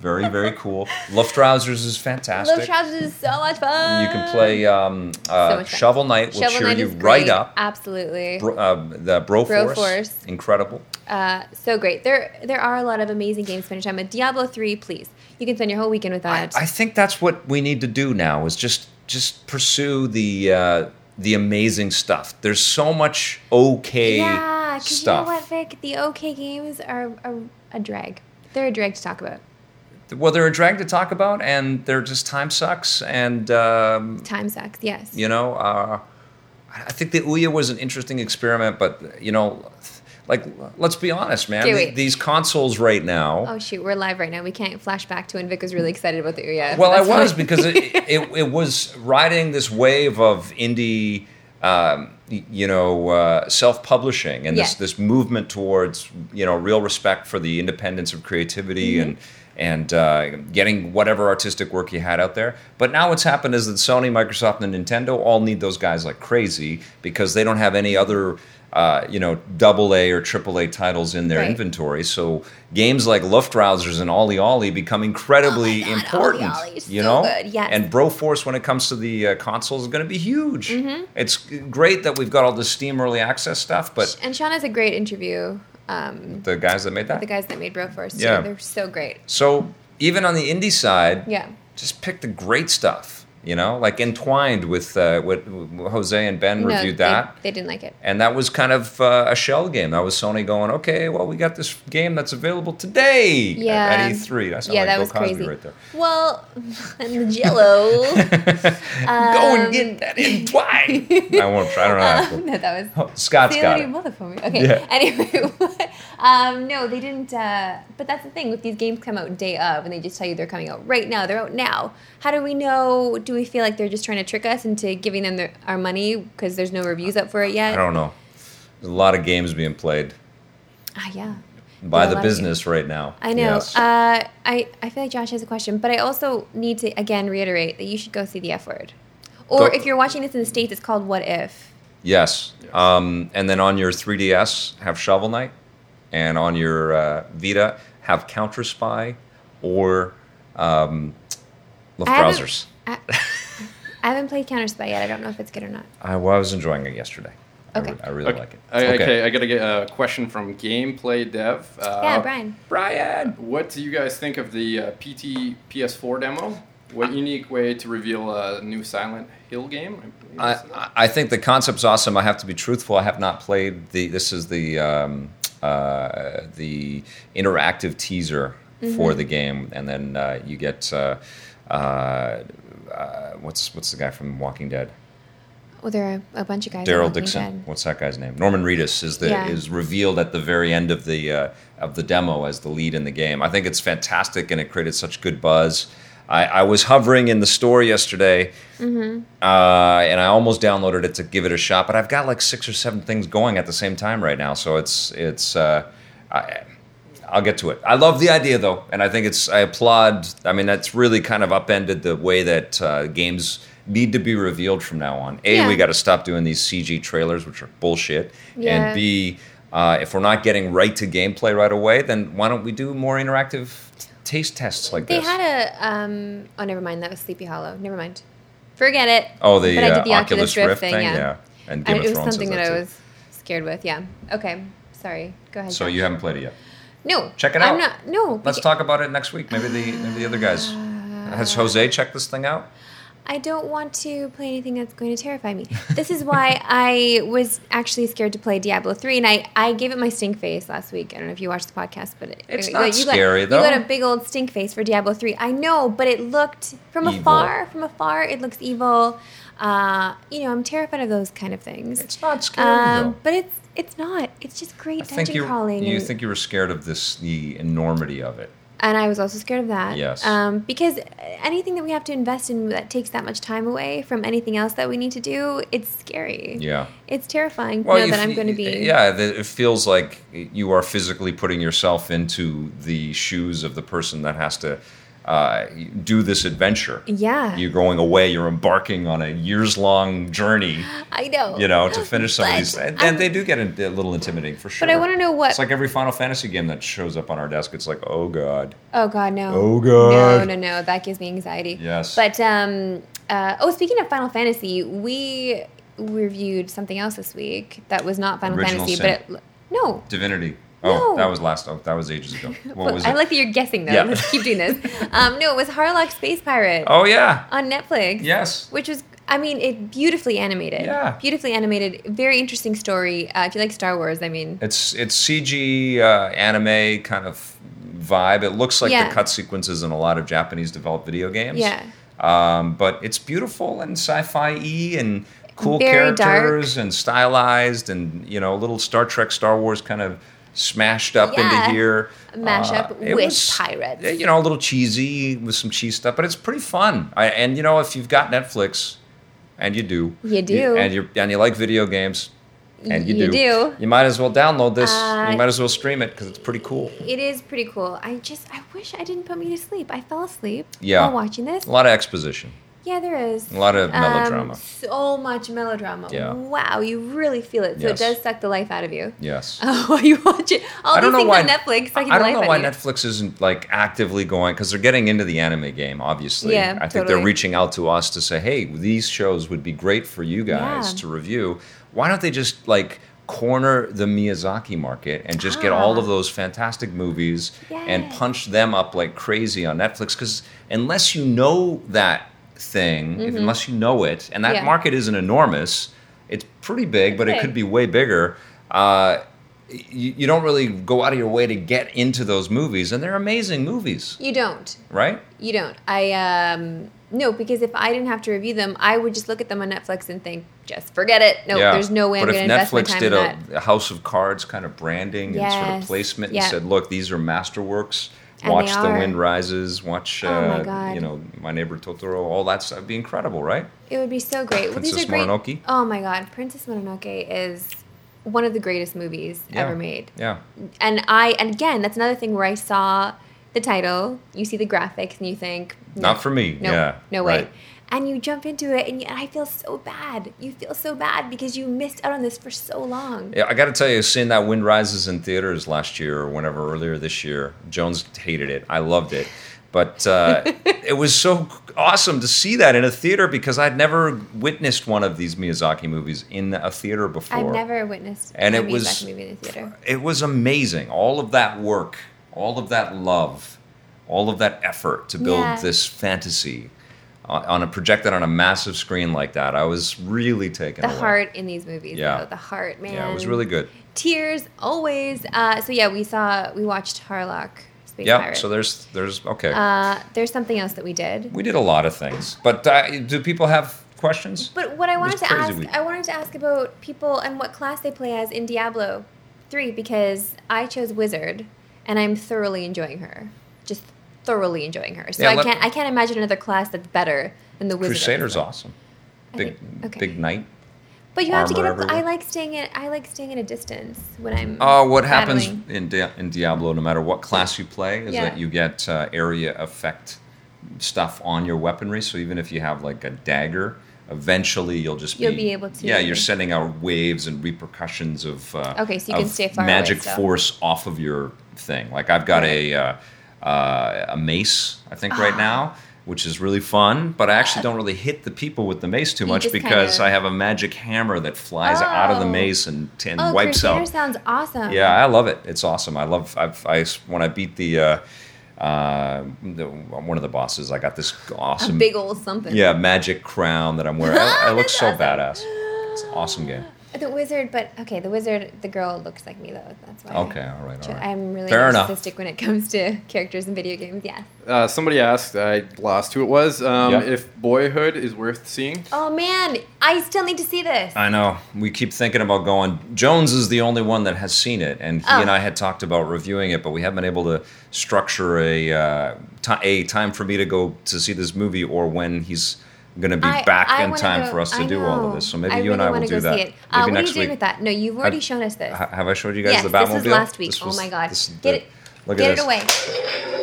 A: Very very cool. Luftrausers is fantastic.
B: Little Trousers is so much fun.
A: You can play um,
B: So
A: uh,
B: much fun.
A: Shovel Knight. will
B: Shovel
A: cheer
B: Knight
A: you
B: is
A: right
B: great.
A: up.
B: Absolutely.
A: Bro, uh, the Bro, Force,
B: Force.
A: incredible.
B: Uh, so great. There there are a lot of amazing games. Spend your time with Diablo three, please. You can spend your whole weekend with
A: I,
B: that.
A: I think that's what we need to do now is just just pursue the uh, the amazing stuff. There's so much okay
B: yeah, because you know
A: stuff.
B: what, Vic? The OK games are a, a drag. They're a drag to talk about.
A: Well, they're a drag to talk about, and they're just time sucks, and um,
B: Time sucks. Yes.
A: you know. Uh, I think the Ouya was an interesting experiment, but you know, like let's be honest, man.
B: Okay,
A: Th-
B: wait.
A: These consoles right now.
B: Oh shoot, we're live right now. We can't flash back to when Vic was really excited about the Ouya.
A: Well, I
B: That's
A: was
B: why-
A: because it, it, it was riding this wave of indie, um, y- you know, uh, self-publishing and
B: Yeah.
A: this this movement towards you know real respect for the independence of creativity
B: Mm-hmm.
A: and and uh, getting whatever artistic work you had out there. But now what's happened is that Sony, Microsoft, and Nintendo all need those guys like crazy because they don't have any other. Uh, you know, double A or triple A titles in their
B: Right.
A: inventory. So games like Luftrausers and Ollie Ollie become incredibly
B: God,
A: important.
B: Ollie Ollie is
A: you
B: Oh,
A: know,
B: so good, yes.
A: and Broforce when it comes to the uh, consoles is going to be huge.
B: Mm-hmm.
A: It's great that we've got all this Steam early access stuff, but
B: and Sean has a great interview. Um,
A: the guys that made that,
B: the guys that made Broforce,
A: Yeah.
B: yeah, they're so great.
A: so even on the indie side,
B: Yeah,
A: just pick the great stuff. You know, like entwined with uh, what Jose and Ben
B: No,
A: reviewed
B: they-
A: that.
B: they didn't like it.
A: And that was kind of uh, a shell game. That was Sony going, okay, well, we got this game that's available today at- E
B: Yeah,
A: at, E3. That sounded like
B: yeah, that
A: Bill
B: was
A: Cosby
B: crazy.
A: right there.
B: Well, and the Jello.
A: Go and get that entwined. I won't try. I don't know. How to-
B: Um, no, that was
A: Oh, Scott's
B: Say
A: got
B: that
A: it.
B: mother for me. Okay.
A: Yeah.
B: Anyway, um, no, they didn't. Uh, but that's the thing. If these games come out day of, and they just tell you they're coming out right now, they're out now. How do we know? Do we feel like they're just trying to trick us into giving them their, our money because there's no reviews up for it yet?
A: I don't know. There's a lot of games being played
B: Ah, yeah.
A: by
B: There are a
A: the
B: lot of
A: business right now.
B: I know.
A: Yes.
B: Uh, I I feel like Josh has a question, but I also need to again reiterate that you should go see the F word, or
A: Go-
B: if you're watching this in the states, it's called What If.
A: yes. Um, and then on your 3DS, have Shovel Knight, and on your uh, Vita, have Counter Spy or um, Left
B: I haven't-
A: Browsers.
B: I, I haven't played Counter Spy yet. I don't know if it's good or not.
A: I was enjoying it yesterday. I
B: Okay.
A: re- I, really
C: Okay,
A: like it.
C: I, okay, I got to get a question from Gameplay Dev. Uh,
B: Yeah, Brian.
A: Brian.
C: What do you guys think of the uh, PT PS4 demo? What unique way to reveal a new Silent Hill game? believe
A: I,
C: it's-
A: I- I think the concept's awesome. I have to be truthful. I have not played the. This is the um, uh, the interactive teaser for the game, and then uh, you get uh, uh, uh, what's what's the guy from Walking Dead?
B: Well, there are a bunch of guys. on
A: Daryl
B: Walking
A: Dixon.
B: Dead.
A: What's that guy's name? Norman Reedus is the
B: Yeah.
A: is revealed at the very end of the uh, of the demo as the lead in the game. I think it's fantastic, and it created such good buzz. I, I was hovering in the store yesterday,
B: Mm-hmm.
A: uh, and I almost downloaded it to give it a shot. But I've got like six or seven things going at the same time right now, so it's it's. Uh, I, I'll get to it. I love the idea though, and I think it's. I applaud. I mean, that's really kind of upended the way that uh, games need to be revealed from now on. A, we
B: Yeah.
A: got to stop doing these CG trailers, which are bullshit,
B: Yeah.
A: and B, uh, if we're not getting right to gameplay right away, then why don't we do more interactive taste tests like
B: They
A: this?
B: had a um. Oh, never mind. That was Sleepy Hollow. Never mind. Forget it.
A: oh, the,
B: But I
A: uh,
B: did the
A: Oculus,
B: Oculus Rift
A: Rift
B: thing,
A: thing,
B: yeah.
A: and
B: I,
A: Game of
B: it was
A: Thrones
B: something
A: has
B: that,
A: that
B: I
A: too.
B: was scared with. Yeah. Okay. Sorry. Go ahead.
A: So
B: Josh.
A: you haven't played it yet.
B: no.
A: Check it
B: I'm
A: out.
B: not. No.
A: Let's
B: beca-
A: talk about it next week. Maybe the maybe the other guys.
B: Uh,
A: Has Jose checked this thing out?
B: I don't want to play anything that's going to terrify me. This is why I was actually scared to play Diablo 3, and I, I gave it my stink face last week. I don't know if you watched the podcast, but it,
A: It's
B: you
A: not
B: got- you got-
A: scary,
B: You
A: though.
B: got a big old stink face for Diablo 3. I know, but it looked from
A: Evil.
B: afar. From afar, it looks evil. Uh, you know, I'm terrified of those kind of things.
A: It's not scary
B: um,
A: though.
B: but it's it's not. It's just great
A: I
B: dungeon
A: think you
B: crawling.
A: you
B: and-
A: think you were scared of this the enormity of it.
B: and I was also scared of that.
A: Yes.
B: Um, because anything that we have to invest in that takes that much time away from anything else that we need to do, it's scary.
A: Yeah.
B: It's terrifying to know
A: you
B: that
A: f-
B: I'm going to be.
A: Yeah, that it feels like you are physically putting yourself into the shoes of the person that has to uh, do this adventure.
B: Yeah.
A: You're going away. You're embarking on a years long journey.
B: I know.
A: You know, to finish some of
B: Oh, But
A: these, and,
B: I'm-
A: and they do get a, a little intimidating for sure.
B: But I wanna know what-
A: It's like every Final Fantasy game that shows up on our desk. It's like, oh god.
B: Oh God, no.
A: Oh, God.
B: No, no, no. That gives me anxiety.
A: Yes.
B: But um, uh, oh, speaking of Final Fantasy, we reviewed something else this week that was not Final
A: Original
B: Fantasy,
A: Sin.
B: but it, no.
A: Divinity. Oh,
B: No.
A: that was last. Oh, that was ages ago. What was it?
B: I like that you're guessing though.
A: Yeah.
B: Let's keep doing this. Um, no, it was Harlock Space Pirate.
A: oh yeah.
B: on Netflix.
A: Yes.
B: Which was, I mean, it beautifully animated.
A: Yeah.
B: Beautifully animated. Very interesting story. Uh, if you like Star Wars, I mean,
A: It's it's CG uh, anime kind of vibe. It looks like
B: Yeah.
A: the cut sequences in a lot of Japanese developed video games.
B: Yeah.
A: Um, but it's beautiful and sci-fi y and cool
B: Very dark.
A: characters and stylized and you know little Star Trek, Star Wars kind of smashed up
B: Yeah.
A: into here. Uh,
B: A mashup
A: it
B: with pirates.
A: yeah, You know, a little cheesy with some cheese stuff, but it's pretty fun. I, and you know, if you've got Netflix, and you do,
B: You do.
A: and you and you like video games, and you,
B: You do.
A: you might as well download this.
B: Uh,
A: you might as well stream it because it's pretty cool.
B: It is pretty cool. I just I wish I didn't put me to sleep. I fell asleep
A: Yeah.
B: while watching this.
A: A lot of exposition,
B: Yeah, there is.
A: a lot of
B: Um,
A: melodrama.
B: so much melodrama.
A: Yeah.
B: Wow, you really feel it. So
A: Yes.
B: it does suck the life out of you.
A: Yes.
B: Oh, while you watch it. All
A: I don't
B: these
A: know
B: things
A: why
B: on Netflix sucking
A: I
B: the
A: don't
B: life
A: know
B: out
A: why
B: of you.
A: Netflix isn't like actively going because they're getting into the anime game. Obviously,
B: Yeah,
A: I think they're
B: totally.
A: reaching out to us to say, "Hey, these shows would be great for you guys
B: Yeah.
A: to review. Why don't they just like corner the Miyazaki market and just get all
B: Ah.
A: of those fantastic movies and
B: Yes.
A: punch them up like crazy on Netflix? Because unless you know that thing, if, unless you know it, and that
B: Mm-hmm. Yeah.
A: market isn't enormous, it's pretty big, but it
B: big.
A: could be way bigger. Uh, you, you don't really go out of your way to get into those movies, and they're amazing movies,
B: You don't.
A: right?
B: You don't. I um no, because if I didn't have to review them, I would just look at them on Netflix and think, just forget it. No, there's no way
A: But
B: I'm
A: if
B: going to invest my
A: Netflix
B: time
A: did
B: in that.
A: a, a House of Cards kind of branding and sort of
B: Yes.
A: placement and
B: Yeah.
A: said, "Look, these are masterworks.
B: And
A: watch
B: they
A: The
B: are.
A: Wind Rises. Watch,
B: Oh my
A: uh,
B: God.
A: you know, My Neighbor Totoro. All that stuff would be incredible, right?
B: It would be so great. Well, these
A: Princess
B: are great.
A: Mononoke?
B: Oh my God, Princess Mononoke is one of the greatest movies ever made.
A: Yeah,
B: And I, and again, that's another thing where I saw the title, you see the graphics, and you think,
A: Not for me.
B: No,
A: Yeah,
B: no way.
A: right.
B: And you jump into it, and, you, and I feel so bad. You feel so bad because you missed out on this for so long.
A: yeah. I got to tell you, seeing that Wind Rises in theaters last year or whenever earlier this year, Jones hated it. I loved it, but uh, it was so awesome to see that in a theater because I'd never witnessed one of these Miyazaki movies in a theater before.
B: I've never witnessed
A: And
B: a
A: it was-
B: Miyazaki movie in the theater.
A: it was amazing. All of that work, all of that love, all of that effort to build
B: Yeah.
A: this fantasy on, on a projected on a massive screen like that. I was really taken
B: The
A: away.
B: heart in these movies,
A: Yeah.
B: though, the heart, man.
A: Yeah, it was really good.
B: Tears always. Uh, so yeah, we saw, we watched Harlock. Space
A: Yeah.
B: Pirate.
A: So there's there's okay.
B: Uh, there's something else that we did.
A: we did a lot of things, but uh, do people have questions?
B: But what I
A: was
B: wanted to
A: crazy
B: ask,
A: week.
B: I wanted to ask about people and what class they play as in Diablo 3 because I chose wizard and I'm thoroughly enjoying her. Just thoroughly enjoying her. So
A: Yeah,
B: I
A: let-
B: can't I can't imagine another class that's better than the wizard.
A: Crusader's awesome.
B: I
A: Big
B: think- okay.
A: big night.
B: But you have to get
A: armor
B: up I
A: everywhere.
B: like staying at I like staying at a distance when I'm
A: Uh, what happens
B: battling.
A: in, Dia in Diablo, no matter what class you play, is
B: Yeah.
A: that you get uh, area effect stuff on your weaponry. So even if you have like a dagger, eventually you'll just
B: You'll be able to-
A: Yeah, you're sending out waves and repercussions of. Uh,
B: Okay, so you can
A: of
B: stay far away,
A: Magic
B: so-
A: force off of your thing. Like I've got a uh, uh, a mace, I think, right
B: Ah.
A: now. Which is really fun, but I actually don't really hit the people with the mace too
B: You
A: much
B: just
A: because
B: kinda-
A: I have a magic hammer that flies out of the
B: Oh.
A: mace and, and
B: Oh,
A: wipes
B: Crusader
A: out.
B: sounds awesome.
A: Yeah, I love it. It's awesome. I love. I've, I when I beat the, uh, uh, the one of the bosses, I got this
B: A
A: awesome,
B: big old something.
A: yeah, magic crown that I'm wearing. I, I look
B: That's
A: so
B: awesome.
A: badass. It's an awesome game.
B: The wizard, but okay, the wizard, the girl looks like me though. That's why. I-
A: Okay, all right, all right.
B: I'm really
A: Fair enough.
B: narcissistic when it comes to characters in video games. Yeah.
C: Uh, somebody asked, I lost who it was, um,
A: Yeah.
C: if Boyhood is worth seeing.
B: Oh man, I still need to see this.
A: I know. We keep thinking about going. Jones is the only one that has seen it, and he
B: Oh.
A: and I had talked about reviewing it, but we haven't been able to structure a uh, ti a time for me to go to see this movie or when he's going to be
B: I-
A: back
B: I
A: in
B: wanna
A: time
B: go-
A: for us to
B: I
A: do all of
B: know.
A: this. So maybe you
B: really
A: and I will
B: wanna
A: do
B: go
A: that.
B: See it.
A: Maybe
B: Uh, what
A: next
B: are you doing
A: week.
B: with that? No, you've already shown us this.
A: Ha- Have I showed you guys
B: yes,
A: the Batmobile?
B: this was last week.
A: This
B: oh
A: was-
B: my god,
A: this is
B: get
A: the-
B: it,
A: Look
B: get
A: at this.
B: it away.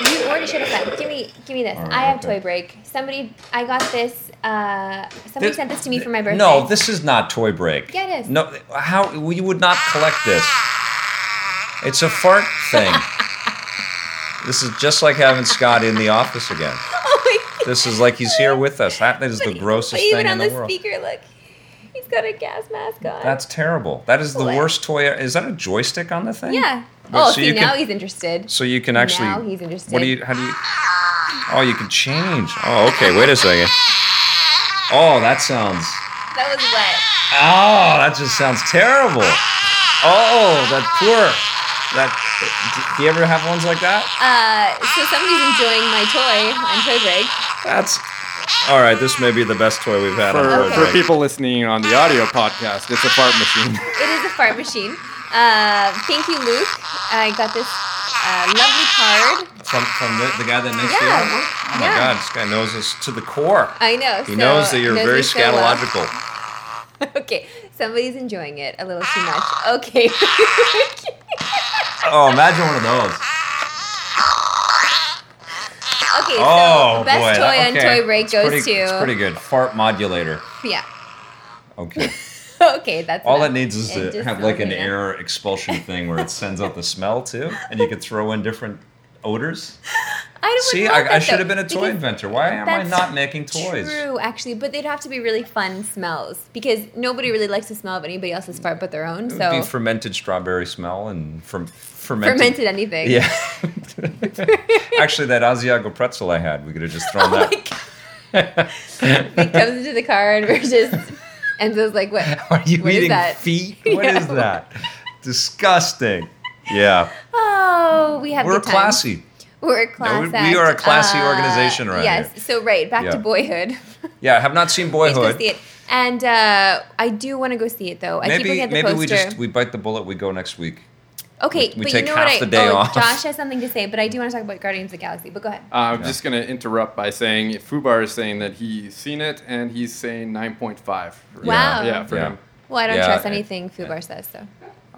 B: You already showed us that. Give me, give me this.
A: All right,
B: I have
A: okay.
B: toy break. Somebody, I got this. Uh, somebody
A: Thi-
B: sent this to me for my birthday.
A: No, this is not toy break.
B: Yeah, it is.
A: No, how we would not collect this. It's a fart thing. this is just like having Scott in the office again.
B: Oh my
A: This is like he's here with us. That is the
B: But-
A: grossest
B: but even
A: thing
B: on
A: in
B: the,
A: the world.
B: speaker, look, he's got a gas mask on.
A: That's terrible. That is the
B: What?
A: worst toy. Is that a joystick on the thing?
B: yeah.
A: But
B: oh,
A: so
B: see
A: you
B: now
A: can-
B: he's interested.
A: So you can actually.
B: Now he's interested.
A: What do you? How do you? Oh, you can change. Oh, okay. Wait a second. Oh, that sounds.
B: That was wet.
A: Oh, that just sounds terrible. Oh, that poor. That. Do you ever have ones like that?
B: Uh, so somebody's enjoying my toy on toy break.
A: That's. All right, this may be the best toy we've had.
C: For,
A: on
B: Okay.
A: Road
C: for
A: Rage.
C: people listening on the audio podcast, it's a fart machine.
B: It is a fart machine. Uh, thank you, Luke. I got this uh, lovely card.
A: from, from the, the guy that makes
B: Yeah,
A: the artwork. Oh my
B: yeah.
A: God, this guy knows us to the core.
B: I know.
A: He
B: so-
A: knows that you're
B: knows
A: very
B: me so well.
A: scatological.
B: Okay, somebody's enjoying it a little too much. Okay.
A: Oh, imagine one of those.
B: Okay,
A: Oh
B: so best
A: boy,
B: toy
A: that-
B: on
A: okay.
B: Toy Break
A: It's
B: goes
A: pretty,
B: to
A: It's pretty good. Fart modulator.
B: yeah.
A: Okay.
B: Okay, that's
A: All
B: enough.
A: it needs is
B: And
A: to
B: just
A: have like an
B: open it.
A: air expulsion thing where it sends out the smell too, and you could throw in different odors.
B: I don't
A: See,
B: want that,
A: I, I should
B: though,
A: have been a toy
B: because
A: inventor. Why am I
B: that's
A: not making toys?
B: True, actually, but they'd have to be really fun smells because nobody really likes the smell of anybody else's fart but their own.
A: It would
B: So
A: be fermented strawberry smell and fer- fermented.
B: fermented anything.
A: Yeah. Actually, that Asiago pretzel I had, we could have just thrown
B: Oh my
A: that.
B: god. he comes into the car and we're just Enzo's like, what?
A: Are you
B: what is
A: eating
B: that?
A: feet? What is
B: Yeah.
A: that? Disgusting. Yeah.
B: Oh, we have
A: We're
B: good times.
A: classy.
B: We're a class.
A: No, we- we
B: act. Uh,
A: are a classy organization around
B: Yes.
A: here.
B: So right back
A: Yeah.
B: to Boyhood.
A: Yeah, I have not seen
B: Please go see
A: Boyhood.
B: it. And uh, I do want to go see it though. I keep
A: Maybe
B: looking at the
A: maybe
B: poster.
A: we just we bite the bullet. We go next week.
B: okay,
A: we
B: but
A: take
B: you know
A: half
B: what? I,
A: the day
B: oh,
A: off.
B: Josh has something to say, but I do want to talk about Guardians of the Galaxy. But go ahead.
C: Uh, I'm just going to interrupt by saying Fubar is saying that he's seen it and he's saying 9.5. for-
B: Wow.
C: Yeah, for
A: Yeah.
C: him.
B: Well, I don't
A: Yeah,
B: trust
A: and-
B: anything Fubar says, so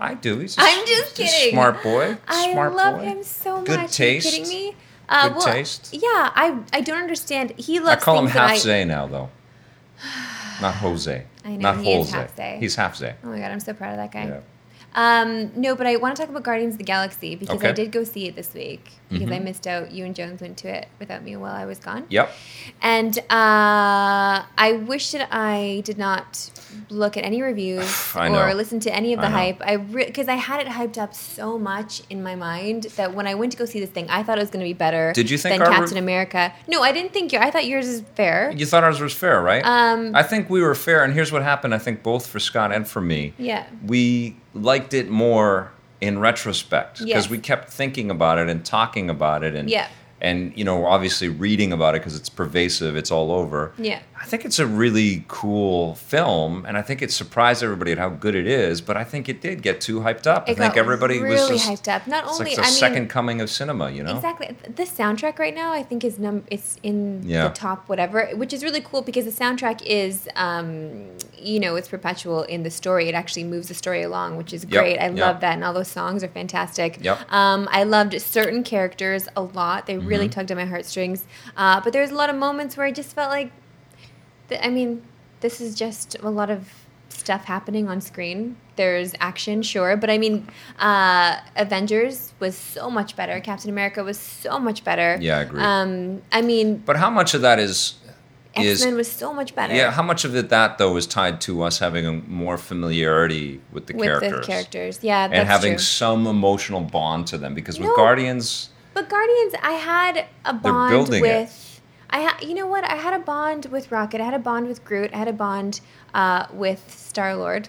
A: I do. He's a,
B: I'm just
A: he's a
B: kidding.
A: smart boy.
B: I
A: smart
B: love
A: boy.
B: him so
A: Good
B: much. Are you
A: taste.
B: kidding me? Uh,
A: Good
B: well,
A: taste.
B: Yeah, I I don't understand. He
A: I
B: loves
A: call him
B: things that
A: half
B: I.
A: Zay now, though. Not Jose.
B: I know,
A: Not
B: he is
A: Jose.
B: half Zay.
A: He's half Zay.
B: Oh my god, I'm so proud of that guy.
A: Yeah.
B: Um, no, but I want to talk about Guardians of the Galaxy because
A: Okay. Mm-hmm.
B: I did go see it this week because I missed out. You and Jones went to it without me while I was gone.
A: Yep.
B: And uh, I wish that I did not look at any reviews
A: I know.
B: or listen to any of the
A: I know.
B: hype. I because I had it hyped up so much in my mind that when I went to go see this thing, I thought it was going to be better.
A: Did you think
B: than
A: our
B: Captain
A: rev-
B: America? No, I didn't think your. I thought yours is fair.
A: You thought ours was fair, right?
B: Um,
A: I think we were fair, and here's what happened. I think both for Scott and for me.
B: Yeah.
A: We liked it more in retrospect because
B: Yes.
A: we kept thinking about it and talking about it, and
B: Yeah.
A: and you know, obviously reading about it because it's pervasive. It's all over.
B: Yeah.
A: I think it's a really cool film, and I think it surprised everybody at how good it is. But I think it did get too hyped up.
B: It
A: I think
B: got
A: everybody was
B: really
A: just
B: hyped up. Not
A: it's
B: only-
A: like the
B: I mean-
A: second coming of cinema, you know.
B: Exactly. The soundtrack right now, I think, is num it's in
A: Yeah.
B: the top whatever, which is really cool because the soundtrack is, um, you know, it's perpetual in the story. It actually moves the story along, which is great. I
A: yep.
B: love that, and all those songs are fantastic.
A: Yep. Mm-hmm.
B: Um, I loved certain characters a lot. They really tugged at my heartstrings. Uh, but there's a lot of moments where I just felt like, th- I mean, this is just a lot of stuff happening on screen. There's action, sure, but I mean, uh, Avengers was so much better. Captain America was so much better.
A: Yeah, I agree.
B: Um, I mean,
A: But how much of that is
B: X
A: is
B: Men was so much better.
A: Yeah, how much of it that though is tied to us having a more familiarity with the
B: with
A: characters
B: the characters, yeah,
A: and
B: that's
A: having
B: true.
A: some emotional bond to them because with
B: No.
A: Guardians,
B: But Guardians, I had a bond
A: building it.
B: with. I ha- you know what? I had a bond with Rocket. I had a bond with Groot. I had a bond uh, with Star Lord.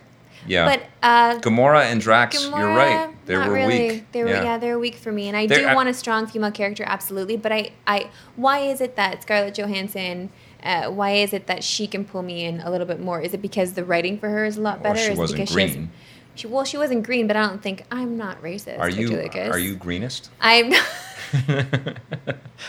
A: yeah,
B: But uh,
A: Gamora and Drax, you're
B: Gamora,
A: right, they
B: not
A: were
B: really.
A: weak.
B: They were yeah. they're weak for me, and I
A: They're-
B: do
A: I-
B: want a strong female character, absolutely. But I, I, why is it that Scarlett Johansson? Uh, why is it that she can pull me in a little bit more? Is it because the writing for her is a lot
A: Well,
B: better?
A: she
B: Is it
A: wasn't
B: because she has-
A: green.
B: She, well, she wasn't green, but I don't think I'm not racist.
A: Are you
B: Victor Lucas.
A: are you greenest?
B: I'm.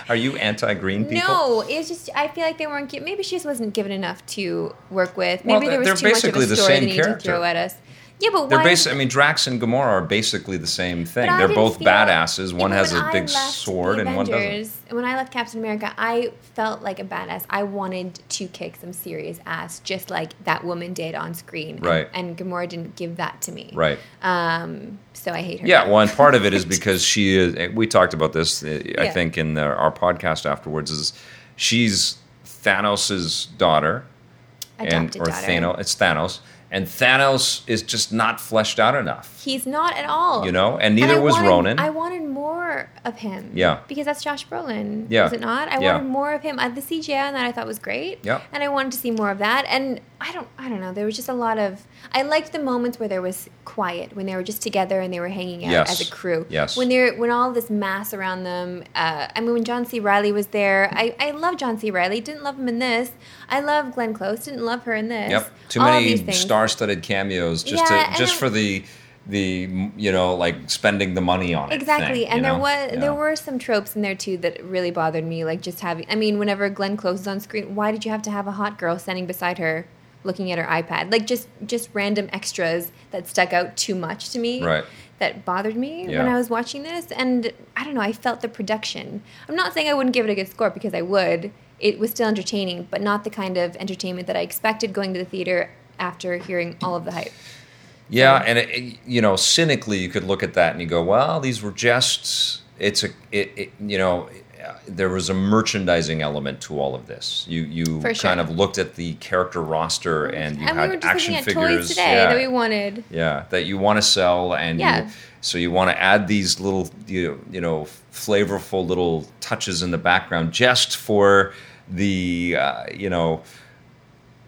A: are you anti-green people?
B: No, it's just I feel like they weren't. Gi- maybe she just wasn't given enough to work with.
A: Well,
B: Maybe there was
A: they're
B: too much of
A: basically the
B: a story
A: same
B: they needed to
A: character.
B: throw at us. Yeah, but
A: They're
B: why?
A: basically, I mean, Drax and Gamora are basically the same thing.
B: But I
A: They're
B: didn't
A: both
B: feel-
A: badasses.
B: Yeah,
A: One
B: but
A: has
B: when
A: a
B: I
A: big
B: left
A: sword
B: the
A: and one doesn't.
B: Avengers- When I left Captain America, I felt like a badass. I wanted to kick some serious ass, just like that woman did on screen. And-
A: Right.
B: And, Gamora didn't give that to me.
A: Right.
B: Um. So I hate her.
A: Yeah, well, and part of it is because she is. eh, We talked about this, uh, I
B: Yeah.
A: think, in the, our podcast afterwards. Is she's Thanos's daughter, and
B: Adopted
A: or
B: daughter.
A: Thanos? It's Thanos, and Thanos is just not fleshed out enough,
B: He's not at all.
A: you know. And
B: And
A: neither
B: I
A: was
B: wanted-
A: Ronan.
B: I wanted more of him.
A: Yeah.
B: Because that's Josh Brolin.
A: Yeah.
B: Is it not? I
A: Yeah.
B: wanted more of him. I, the CGI on that I thought was great.
A: Yeah.
B: And I wanted to see more of that. And I don't I don't know. There was just a lot of I liked the moments where there was quiet, when they were just together and they were hanging out
A: Yes.
B: as a crew.
A: Yes.
B: When there when all this mass around them, uh, I mean when John C. Riley was there, I, I love John C. Riley, didn't love him in this. I love Glenn Close, didn't love her in this.
A: Yep. Too
B: All of these
A: many
B: things.
A: star-studded cameos just
B: Yeah,
A: to
B: and
A: just
B: there-
A: for the the you know like spending the money on it. thing,
B: Exactly,
A: you
B: and there
A: know?
B: was
A: Yeah.
B: there were some tropes in there too that really bothered me. Like just having, I mean, whenever Glenn Close is on screen, why did you have to have a hot girl standing beside her, looking at her iPad? Like just just random extras that stuck out too much to me.
A: Right.
B: That bothered me when
A: Yeah.
B: I was watching this, and I don't know. I felt the production. I'm not saying I wouldn't give it a good score because I would. It was still entertaining, but not the kind of entertainment that I expected going to the theater after hearing all of the hype.
A: Yeah, and it, it- you know, cynically, you could look at that and you go, "Well, these were just it's a it, it you know." uh, There was a merchandising element to all of this. You you
B: For sure.
A: kind of looked at the character roster and you
B: and
A: had
B: we were just
A: action
B: looking at
A: figures
B: toys today
A: yeah,
B: that we wanted.
A: yeah, that you want to sell and
B: Yeah.
A: you, so you want to add these little you you know flavorful little touches in the background just for the uh, you know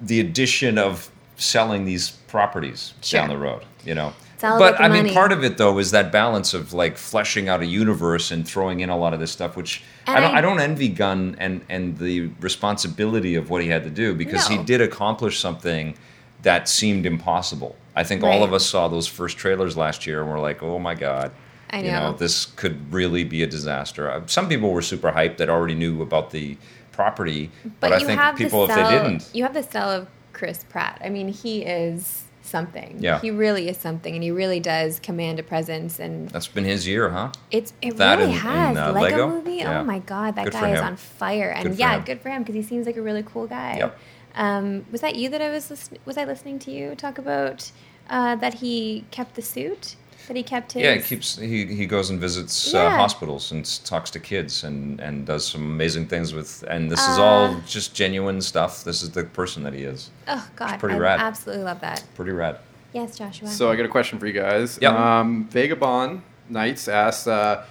A: the addition of selling these properties down
B: Sure.
A: the road you know
B: It's all
A: but
B: about the
A: i mean
B: money.
A: part of it though is that balance of like fleshing out a universe and throwing in a lot of this stuff which I
B: And
A: don't, I,
B: I-
A: don't envy gunn and and the responsibility of what he had to do because he
B: No.
A: did accomplish something that seemed impossible i think all
B: Right.
A: of us saw those first trailers last year and we're like oh my god
B: I
A: you know
B: know.
A: this could really be a disaster Uh, some people were super hyped that already knew about the property but, i think people if
B: sell,
A: they didn't
B: You have the style of Chris Pratt. I mean, he is something.
A: Yeah.
B: He really is something, and he really does command a presence. And
A: that's been his year huh
B: it's it
A: That
B: really
A: and-
B: has
A: and, uh,
B: Lego,
A: Lego?
B: movie.
A: Yeah.
B: Oh my god, that
A: Good for
B: guy is
A: him.
B: on fire. And
A: Good for
B: yeah,
A: him.
B: good for him because he seems like a really cool guy.
A: Yep.
B: Um, was that you that I was listen- was I listening to you talk about uh, that he kept the suit that he kept his
A: Yeah, it keeps he, he goes and visits uh,
B: Yeah.
A: hospitals and s- talks to kids and, and does some amazing things with and this is all
B: Uh,
A: just genuine stuff. This is the person that he is.
B: oh god
A: pretty
B: I
A: rad.
B: absolutely love that
A: Pretty rad.
B: yes Joshua
C: So I got a question for you guys.
A: Yep.
C: Um, Vagabond Knights asks uh,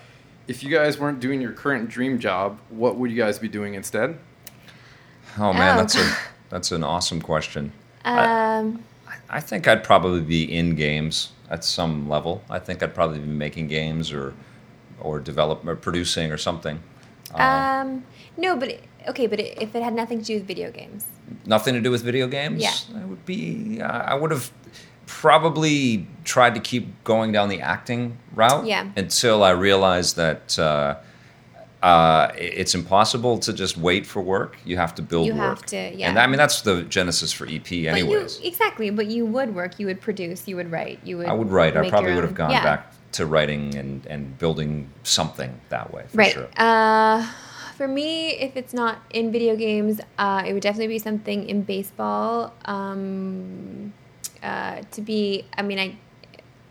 C: if you guys weren't doing your current dream job, what would you guys be doing instead?
A: Oh man,
B: Oh,
A: that's a
B: God.
A: that's an awesome question.
B: um
A: I think I'd probably be in games at some level. I think I'd probably be making games or or develop or producing or something. Uh,
B: Um, no, but it, okay, but it, if it had nothing to do with video games,
A: nothing to do with video games.
B: Yeah.
A: I would be. Uh, I would have probably tried to keep going down the acting route.
B: Yeah.
A: Until I realized that uh, uh, i- it's impossible to just wait for work. You have to build
B: You
A: work.
B: have to, yeah.
A: And I mean that's the genesis for EP, anyways.
B: but you exactly, but you would work, you would produce, you would write, you would.
A: I would write. I
B: make
A: probably
B: your
A: would have
B: own-
A: gone
B: yeah.
A: back to writing and and building something that way. For
B: right.
A: Sure.
B: Uh, for me, if it's not in video games, uh, it would definitely be something in baseball. Um, uh, to be, I mean, I,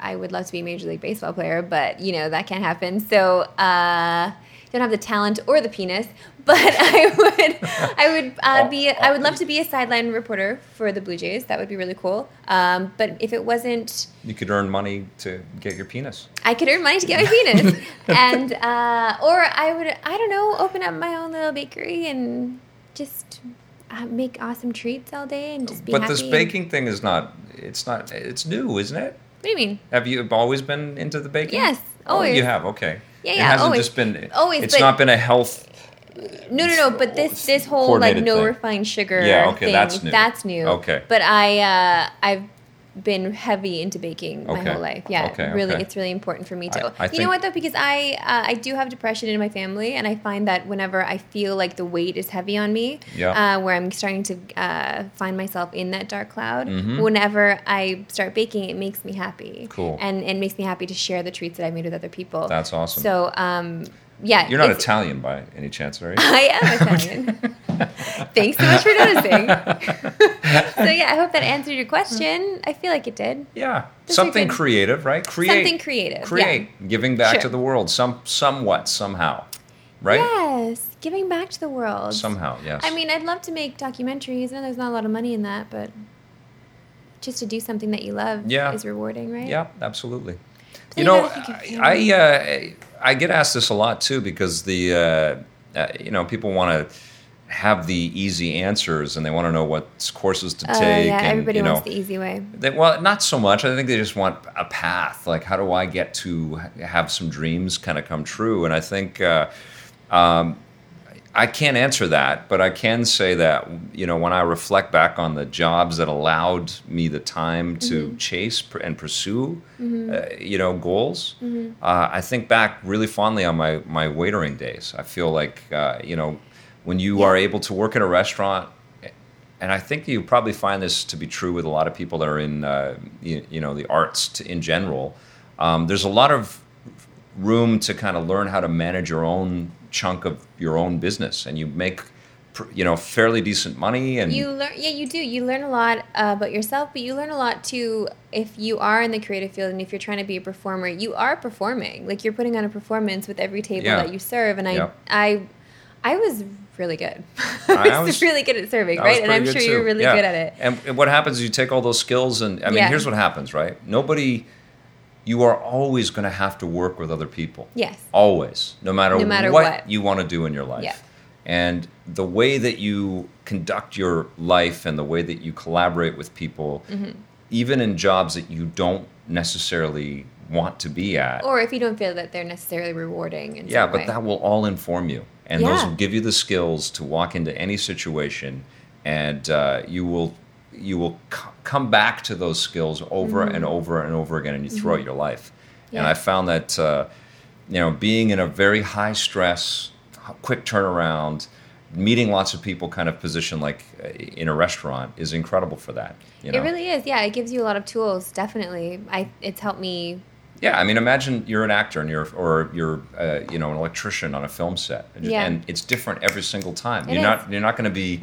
B: I would love to be a major league baseball player, but you know that can't happen. So uh, don't have the talent or the penis. But I would, I would uh, be, I would love to be a sideline reporter for the Blue Jays. That would be really cool. Um, but if it wasn't
A: You could earn money to get your penis.
B: I could earn money to get my penis, and uh, or I would I don't know open up my own little bakery and just uh, make awesome treats all day and just be
A: but
B: happy.
A: this
B: and-
A: baking thing is not. It's not. It's new, isn't it?
B: What do you mean?
A: Have you always been into the baking?
B: Yes,
A: Oh, you
B: always.
A: have. Okay.
B: Yeah,
A: It
B: yeah,
A: hasn't
B: always.
A: just been.
B: Always,
A: It's
B: but-
A: not been a health.
B: No, no, no. But this this whole like
A: Coordinated
B: no
A: thing.
B: refined sugar
A: Yeah, okay,
B: thing
A: that's new.
B: new.
A: Okay.
B: But I uh, I've been heavy into baking my
A: Okay.
B: whole life. Yeah,
A: Okay,
B: really,
A: okay.
B: it's really important for me
A: I-
B: to.
A: I
B: you
A: think-
B: know what though, because I uh, I do have depression in my family, and I find that whenever I feel like the weight is heavy on me,
A: Yeah.
B: uh, where I'm starting to uh, find myself in that dark cloud,
A: Mhm.
B: whenever I start baking, it makes me happy.
A: Cool.
B: And it makes me happy to share the treats that I made with other people.
A: That's awesome.
B: So um, yeah,
A: You're not
B: it's-
A: Italian by any chance, are you?
B: I am Italian. Thanks so much for noticing. so yeah, I hope that answered your question. I feel like it did.
A: yeah.
B: Those are
A: Something
B: good.
A: creative, right? Create.
B: Something creative.
A: Create. Giving back
B: Sure.
A: to the world. Some. Somewhat. Somehow.
B: Yeah.
A: Right.
B: Yes, giving back to the world.
A: Somehow. Yes.
B: I mean, I'd love to make documentaries. I know there's not a lot of money in that, but just to do something that you love
A: Yeah.
B: is rewarding, right?
A: Yeah, absolutely.
B: So
A: You
B: you
A: know,
B: gotta think of-
A: I uh, I get asked this a lot too because the uh, uh, you know people want to have the easy answers and they want to know what courses to
B: Uh,
A: take.
B: yeah,
A: and,
B: everybody
A: you know,
B: wants the easy way.
A: They, well, not so much. I think they just want a path. Like, how do I get to h- have some dreams kind of come true? And I think uh, um, I can't answer that, but I can say that you know when I reflect back on the jobs that allowed me the time to chase pr- and pursue, uh, you know, goals. Uh, I think back really fondly on my my waitering days. I feel like uh, you know when you are able to work in a restaurant and I think you probably find this to be true with a lot of people that are in, uh, you, you know, the arts t in general. Um, there's a lot of room to kind of learn how to manage your own chunk of your own business, and you make, pr- you know, fairly decent money. And
B: You learn, yeah, you do. You learn a lot uh, about yourself, but you learn a lot too if you are in the creative field and if you're trying to be a performer. You are performing, like you're putting on a performance with every table
A: Yeah.
B: that you serve. And I,
A: Yeah.
B: I, I was really good.
A: I
B: I was,
A: was-
B: really good at serving,
A: I was
B: right? And
A: pretty
B: I'm
A: good,
B: sure you're
A: too.
B: really
A: Yeah.
B: good at it.
A: And, and what happens is you take all those skills, and I mean,
B: Yeah.
A: here's what happens, right? Nobody, you are always going to have to work with other people.
B: Yes.
A: Always, no matter,
B: No matter
A: what,
B: what.
A: you want to do in your life.
B: Yeah.
A: And the way that you conduct your life and the way that you collaborate with people,
B: Mm-hmm.
A: even in jobs that you don't necessarily want to be at.
B: Or if you don't feel that they're necessarily rewarding. In
A: yeah,
B: some
A: but
B: way.
A: that will all inform you. And those
B: Yeah.
A: will give you the skills to walk into any situation and uh, you will you will c- come back to those skills over and over and over again and you throughout your life. And
B: Mm-hmm. Yeah.
A: I found that uh, you know, being in a very high stress, h- quick turnaround, meeting lots of people kind of position like uh, in a restaurant is incredible for that. You know?
B: It really is. Yeah, it gives you a lot of tools. Definitely, I. It's helped me.
A: Yeah, I mean, imagine you're an actor and you're or you're uh, you know an electrician on a film set, and,
B: Yeah.
A: and it's different every single time.
B: It
A: you're
B: is.
A: not you're not going to be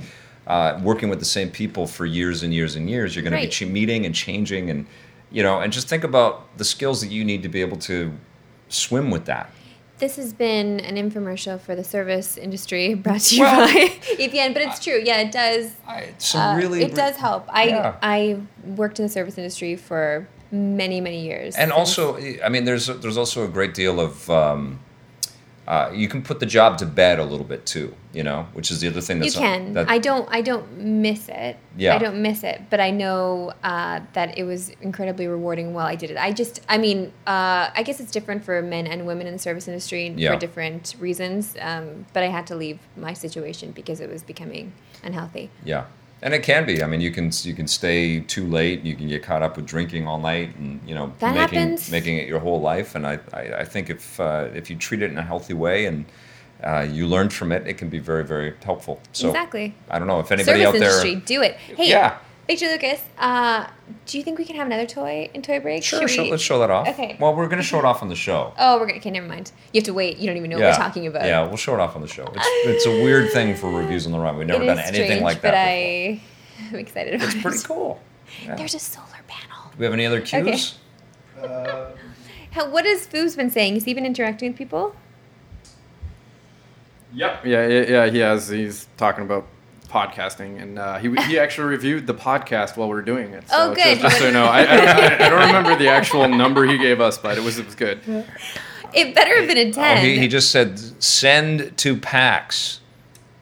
A: uh, working with the same people for years and years and years. You're going
B: Right.
A: to be ch- meeting and changing, and you know, and just think about the skills that you need to be able to swim with that.
B: This has been an infomercial for the service industry brought to you
A: Well-
B: by EPN, but it's true. Yeah, it does.
A: Some
B: uh,
A: really
B: it does help. I
A: Yeah.
B: I worked in the service industry for many many years.
A: and
B: since-
A: also i mean there's there's also a great deal of um, uh, you can put the job to bed a little bit too you know which is the other thing
B: you
A: that's uh,
B: can.
A: that-
B: I don't I don't miss it.
A: Yeah.
B: I don't miss it, but I know uh, that it was incredibly rewarding while I did it. I just I mean uh, I guess it's different for men and women in the service industry
A: Yeah.
B: for different reasons. Um, but I had to leave my situation because it was becoming unhealthy.
A: yeah and it can be i mean you can you can stay too late you can get caught up with drinking all night and you know
B: That
A: making
B: happens.
A: making it your whole life and i i, I think if uh, if you treat it in a healthy way and uh, you learn from it it can be very very helpful so
B: exactly.
A: i don't know if anybody
B: service
A: out there
B: industry, do it. Hey,
A: Yeah.
B: Victor Lucas, uh, do you think we can have another toy in toy break?
A: sure
B: Should
A: show,
B: we-
A: let's show that off
B: Okay.
A: well we're going to show it off on the show
B: Oh, we're gonna. Okay, never mind. You have to wait. You don't even know what we're talking about.
A: Yeah, we'll show it off on the show. It's, it's a weird thing for reviews on the run. We've never
B: It
A: done
B: is
A: anything
B: strange,
A: like
B: But
A: that. before.
B: I am excited about
A: It's
B: it.
A: pretty cool. Yeah.
B: There's a solar panel.
A: Do we have any other cues?
B: Okay. How, what has Foob's been saying? Has he been interacting with people?
C: Yep. Yeah, yeah, yeah. He has. He's talking about podcasting, and uh, he he actually reviewed the podcast while we were doing it.
B: Oh,
C: just-
B: good.
C: Just, so you know, I, I, don't, I, I don't remember the actual number he gave us, but it was it was good.
B: It better have been a
A: Oh,
B: ten.
A: he, he just said send to PAX.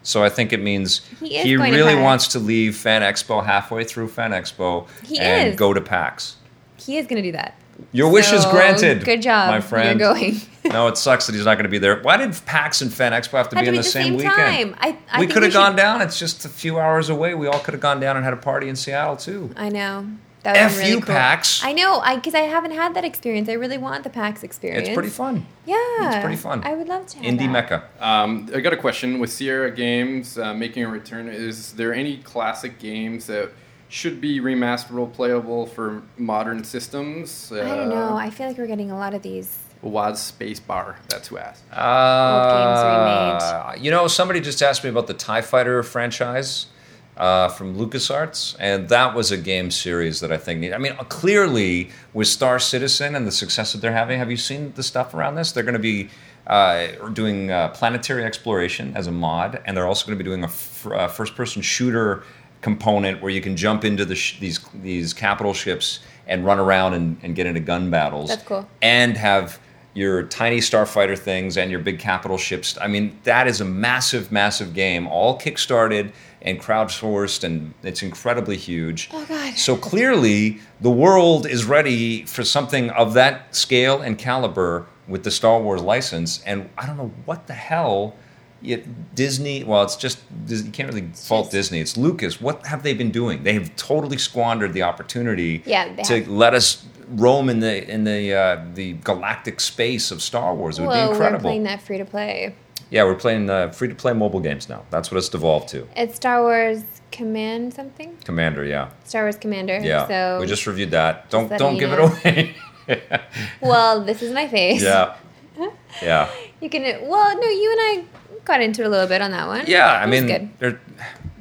A: So I think it means
B: He is
A: he
B: going to
A: really
B: PAX.
A: wants to leave Fan Expo halfway through Fan Expo
B: He
A: and
B: is.
A: go to PAX.
B: He is gonna do that.
A: Your wish is
B: So,
A: granted.
B: Good job,
A: my friend.
B: You're going.
A: no, it sucks that he's not going to be there. Why did PAX and Fan Expo have to
B: Had
A: be
B: to
A: in
B: be
A: the
B: at the same
A: weekend?
B: time. I, I
A: we
B: think
A: could have
B: should-
A: gone down. It's just a few hours away. We all could have gone down and had a party in Seattle too.
B: I know. That would have
A: F
B: been really
A: you,
B: cool.
A: PAX.
B: I know, I because I haven't had that experience. I really want the PAX experience.
A: It's pretty fun.
B: Yeah,
A: It's pretty fun.
B: I would love to. Have
A: Indie
B: that.
A: mecca.
C: Um, I got a question with Sierra Games uh, making a return. Is there any classic games that should be remasterable playable for modern systems? Uh,
B: I don't know. I feel like we're getting a lot of these.
C: was Space Bar. That's who asked.
B: Old games
A: Uh, you know, somebody just asked me about the Tie Fighter franchise uh, from LucasArts, and that was a game series that I think. Need, I mean, clearly with Star Citizen and the success that they're having, have you seen the stuff around this? They're going to be uh, doing uh, planetary exploration as a mod, and they're also going to be doing a f- uh, first-person shooter component where you can jump into the sh- these these capital ships and run around and, and get into gun battles.
B: That's cool.
A: And have your tiny starfighter things and your big capital ships. I mean, that is a massive, massive game, all kickstarted and crowdsourced, and it's incredibly huge.
B: Oh, God.
A: So clearly, the world is ready for something of that scale and caliber with the Star Wars license. And I don't know what the hell it, Disney. Well, it's just Dis- you can't really fault
B: just-
A: Disney. It's Lucas. What have they been doing? They have totally squandered the opportunity
B: Yeah, they
A: to
B: have.
A: let us roam in the in the uh, the galactic space of Star Wars. It would
B: Whoa,
A: be
B: we're
A: incredible.
B: playing that free to play.
A: yeah, we're playing uh, free to play mobile games now. That's what it's devolved to.
B: It's Star Wars Command something.
A: Commander, yeah,
B: Star Wars Commander.
A: yeah.
B: So
A: we just reviewed that. Don't
B: let
A: don't
B: me
A: give
B: know.
A: it away.
B: well, this is my face.
A: yeah, yeah.
B: You can. Well, no, you and I got into it a little bit on that one.
A: Yeah, I
B: It was
A: mean,
B: good.
A: they're,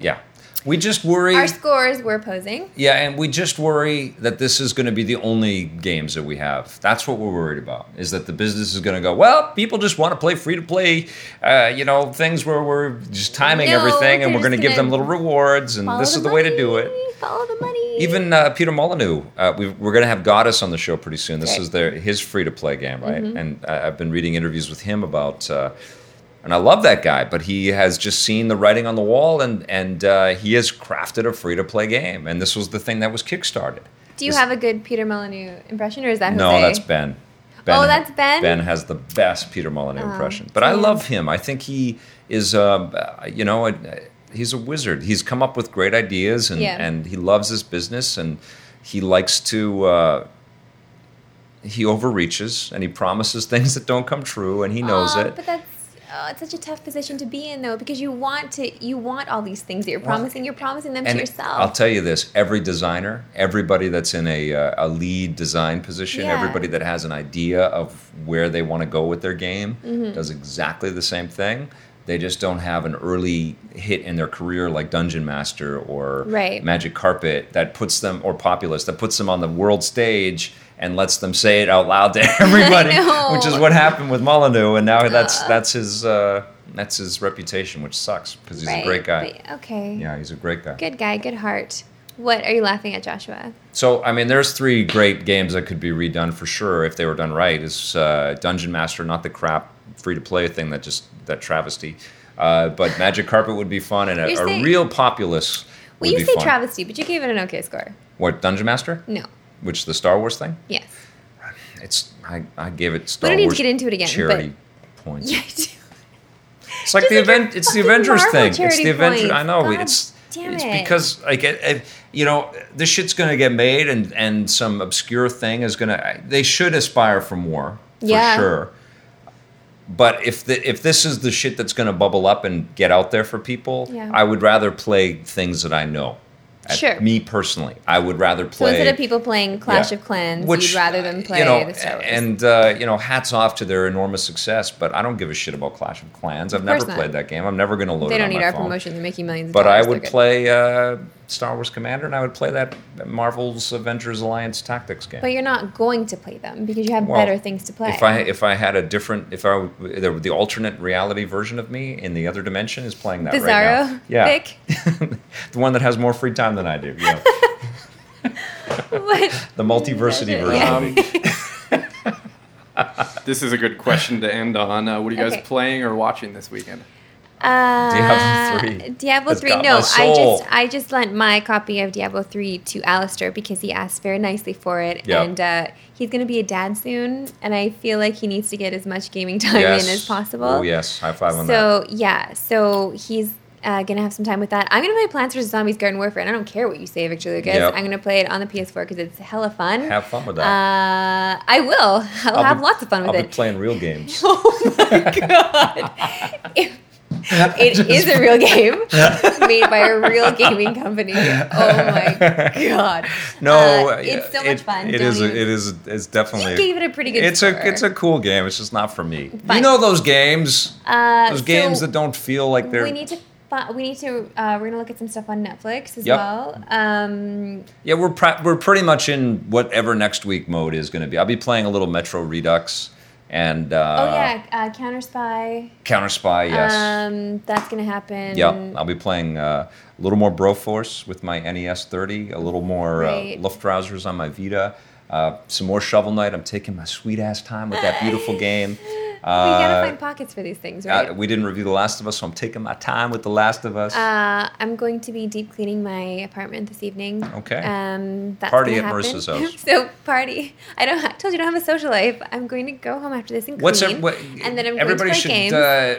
A: yeah. We just worry.
B: our scores were posing.
A: yeah, and we just worry that this is going to be the only games that we have. That's what we're worried about. Is that the business is going to go? Well, people just want to play free to play, uh, you know, things where we're just timing
B: No,
A: everything, and
B: they're
A: we're going to
B: just
A: give them
B: gonna
A: little rewards, and
B: Follow
A: this is the way to do
B: money,
A: it.
B: Follow the money.
A: Even uh, Peter Molyneux, uh, we, we're going to have Goddess on the show pretty soon. This
B: Right. Mm-hmm.
A: is their his free to play game, right? And I, I've been reading interviews with him about, uh, and I love that guy, but he has just seen the writing on the wall, and and uh, he has crafted a free to play game, and this was the thing that was kickstarted.
B: Do you
A: This-
B: have a good Peter Molyneux impression, or is that Jose?
A: no? That's Ben. ben.
B: Oh, that's Ben?
A: Ben has the best Peter Molyneux
B: Oh,
A: impression, but I
B: damn.
A: love him. I think he is, um, uh, you know, a, he's a wizard. He's come up with great ideas, and
B: Yeah.
A: and he loves his business, and he likes to. Uh, he overreaches and he promises things that don't come true, and he knows
B: Aw,
A: it.
B: But that's oh, it's such a tough position to be in, though, because you want to you want all these things that you're
A: Well,
B: promising. You're promising them to
A: And
B: yourself.
A: I'll tell you this: every designer, everybody that's in a uh, a lead design position,
B: Yeah.
A: everybody that has an idea of where they want to go with their game,
B: Mm-hmm.
A: does exactly the same thing. They just don't have an early hit in their career like Dungeon Master or
B: Right.
A: Magic Carpet that puts them or Populous that puts them on the world stage and lets them say it out loud to everybody, which is
B: know.
A: what happened with Molyneux, and now that's that's his uh, that's his reputation, which sucks because he's a
B: Right,
A: great guy.
B: but- okay.
A: Yeah, he's a great guy.
B: Good guy. Good heart. What are you laughing at, Joshua?
A: So I mean, there's three great games that could be redone for sure if they were done right. Is uh, Dungeon Master not the crap free to play thing that just that travesty? Uh, but Magic Carpet would be fun, and a,
B: You're
A: a
B: saying-
A: real populace would
B: Well, you
A: be
B: say
A: fun.
B: travesty, but you gave it an okay score.
A: what Dungeon Master?
B: No.
A: Which the Star Wars thing?
B: Yes.
A: It's I, I gave it Star
B: don't need to
A: Wars
B: get into it again, but-
A: Charity points.
B: Yeah. I do.
A: It's like
B: Just
A: the
B: like your
A: event. It's the
B: fucking
A: Avengers
B: Marvel
A: thing. It's
B: charity
A: the Avengers. I
B: points.
A: know.
B: God
A: it's
B: damn
A: it's
B: it.
A: because like it, it- you know this shit's gonna get made, and and some obscure thing is gonna. They should aspire for more for
B: Yeah.
A: sure. But if the, if this is the shit that's gonna bubble up and get out there for people,
B: Yeah.
A: I would rather play things that I know. At-
B: Sure.
A: Me personally, I would rather
B: So
A: play.
B: instead of people playing Clash
A: Yeah.
B: of Clans,
A: Which,
B: you'd rather
A: uh,
B: them play
A: you know,
B: the Star Wars.
A: And uh, you know, hats off to their enormous success, but I don't give a shit about Clash of Clans. I've never
B: course not.
A: played that game. I'm never going to load
B: they
A: it
B: don't
A: on
B: need
A: my
B: our
A: phone.
B: promotion. They're making millions. Of
A: But I
B: dollars. They're
A: would
B: good.
A: play uh, Star Wars Commander, and I would play that Marvel's Avengers Alliance Tactics game.
B: But you're not going to play them because you have
A: Well,
B: better things to play.
A: If I if I had a different if I w- the, the alternate reality version of me in the other dimension is playing that right now.
B: Bizarro Vic?
A: the one that has more free time than I do. Yeah,
B: what?
A: the multiversity version.
B: Yeah.
A: Of me.
C: Um, this is a good question to end on. Uh, what are you guys
B: Okay.
C: playing or watching this weekend?
B: Uh,
A: Diablo three
B: Diablo
A: has
B: three.
A: got my
B: No, I
A: soul.
B: just I just lent my copy of Diablo three to Alistair because he asked very nicely for it,
A: Yeah.
B: and uh, he's going to be a dad soon, and I feel like he needs to get as much gaming time in as possible.
A: Oh yes, high five on that.
B: So yeah, so he's uh, gonna have some time with that. I'm gonna play Plants vs Zombies Garden Warfare, and I don't care what you say, Victor Lucas.
A: Yep.
B: I'm gonna play it on the PS4 because it's hella fun.
A: Have fun with that.
B: Uh, I will. I'll,
A: I'll
B: have
A: be-
B: lots of fun with
A: I'll
B: it.
A: be playing real games.
B: oh my god! It- it is a real game made by a real gaming company. Oh my god!
A: No,
B: Uh, it's so much
A: it-
B: fun.
A: It
B: Don't
A: is. A,
B: even-
A: it is. It's definitely.
B: You gave it a pretty good
A: It's
B: score.
A: a. It's a cool game. It's just not for me. You
B: Fine.
A: know those games.
B: Uh,
A: those
B: so-
A: games that don't feel like they're.
B: we need to fi- we need to uh, we're gonna look at some stuff on netflix as
A: Yep.
B: well um
A: yeah, we're pre- we're pretty much in whatever next week mode is going to be. I'll be playing a little Metro Redux and uh,
B: oh yeah, uh, Counter Spy.
A: Counter Spy. Yes.
B: Um, that's gonna happen.
A: Yeah, I'll be playing uh, a little more Broforce with my NES 30, a little more
B: Right.
A: uh, Luftrausers on my Vita, uh, some more Shovel Knight. I'm taking my sweet ass time with that beautiful game.
B: we gotta
A: Uh,
B: find pockets for these things,
A: uh,
B: right?
A: we didn't review The Last of Us, so I'm taking my time with The Last of Us.
B: Uh, I'm going to be deep cleaning my apartment this evening.
A: Okay.
B: Um, that's
A: Party
B: gonna
A: at
B: happen.
A: Marissa's house.
B: so party. I don't. I told you I don't have a social life. I'm going to go home after this and
A: What's
B: clean.
A: it, what,
B: and then I'm
A: everybody
B: going to
A: should
B: play games.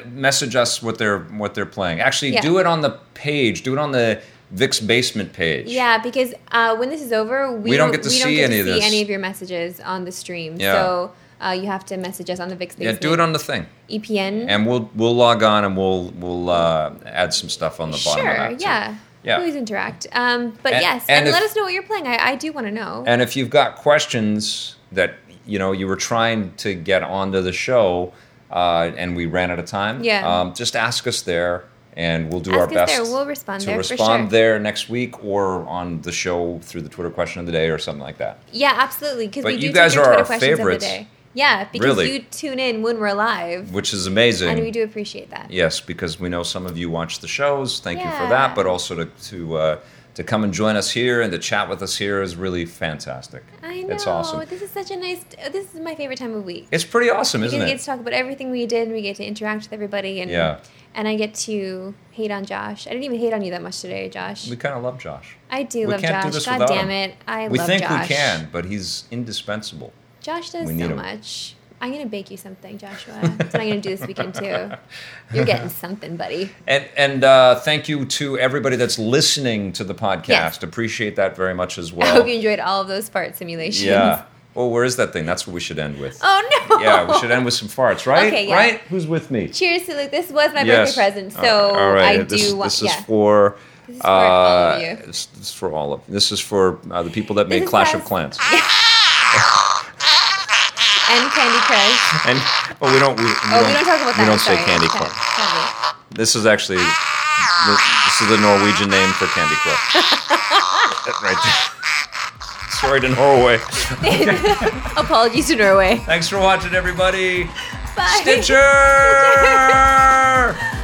A: Uh, message us what they're what they're playing. Actually,
B: Yeah.
A: do it on the page. Do it on the Vic's basement page.
B: yeah, because uh, when this is over, we,
A: We don't get to
B: we don't
A: see
B: get
A: any
B: to
A: of
B: see
A: this.
B: any of your messages on the stream.
A: Yeah.
B: So uh, you have to message us on the Vix. E
A: yeah. Do it on the thing,
B: EPN.
A: and we'll we'll log on and we'll we'll uh, add some stuff on the
B: sure.
A: bottom. of that, too.
B: yeah.
A: Yeah.
B: Please interact. Um, but
A: And-
B: yes,
A: and
B: and,
A: if-
B: let us know what you're playing. I, I do want to know.
A: And if you've got questions that you know you were trying to get onto the show, uh, and we ran out of time,
B: Yeah.
A: um, just ask us there, and we'll do
B: Ask
A: our
B: us
A: best.
B: there. We'll respond
A: to
B: there for
A: respond
B: sure.
A: there next week or on the show through the Twitter question of the day or something like that.
B: Yeah, absolutely. Because
A: But
B: we do
A: you
B: take
A: guys
B: your
A: are
B: Twitter
A: our
B: questions every
A: favorites.
B: day. Yeah, because
A: Really.
B: you tune in when we're live,
A: Which is amazing.
B: and we do appreciate that.
A: Yes, because we know some of you watch the shows. Thank you for that.
B: Yeah.
A: But also to to uh, to come and join us here and to chat with us here is really fantastic.
B: I know.
A: It's awesome.
B: This is such a nice. This is my favorite time of week.
A: It's pretty awesome,
B: Because
A: isn't
B: we
A: it?
B: get to talk about everything we did, and we get to interact with everybody, and
A: Yeah.
B: and I get to hate on Josh. I didn't even hate on you that much today, Josh.
A: We kind of love Josh.
B: I do
A: we
B: love
A: can't
B: Josh.
A: do this
B: God
A: without
B: damn
A: him.
B: it, I
A: we
B: love
A: think
B: Josh.
A: we can, but he's indispensable.
B: Josh does
A: We need
B: so
A: him.
B: much. I'm gonna bake you something, Joshua. That's what I'm gonna do this weekend too. You're getting something, buddy.
A: And and uh, thank you to everybody that's listening to the podcast.
B: Yes.
A: Appreciate that very much as
B: I
A: well.
B: hope you enjoyed all of those fart simulations.
A: yeah. Oh, where is that thing? That's what we should end with.
B: Oh no.
A: Yeah, we should end with some farts, right?
B: Okay, yeah.
A: Right? Who's with me?
B: Cheers to Luke. This was my
A: Yes.
B: birthday present,
A: All-
B: so
A: all right.
B: I
A: this,
B: do
A: is-
B: want.
A: This
B: yeah.
A: is for.
B: This is for all
A: uh,
B: of you.
A: This, this is for all of. This is for uh, the people that
B: This
A: made
B: is
A: Clash
B: us. Ah.
A: of Clans,
B: and Candy Crush.
A: and oh, we don't. We, we
B: Oh, we don't talk about that.
A: We don't
B: sorry.
A: say Candy
B: Okay. Ah.
A: Crush.
B: Sorry.
A: This is actually this is the Norwegian name for Candy Crush. right there. Sorry to Norway.
B: Apologies to Norway.
A: Thanks for watching, everybody.
B: Bye.
A: Stitcher.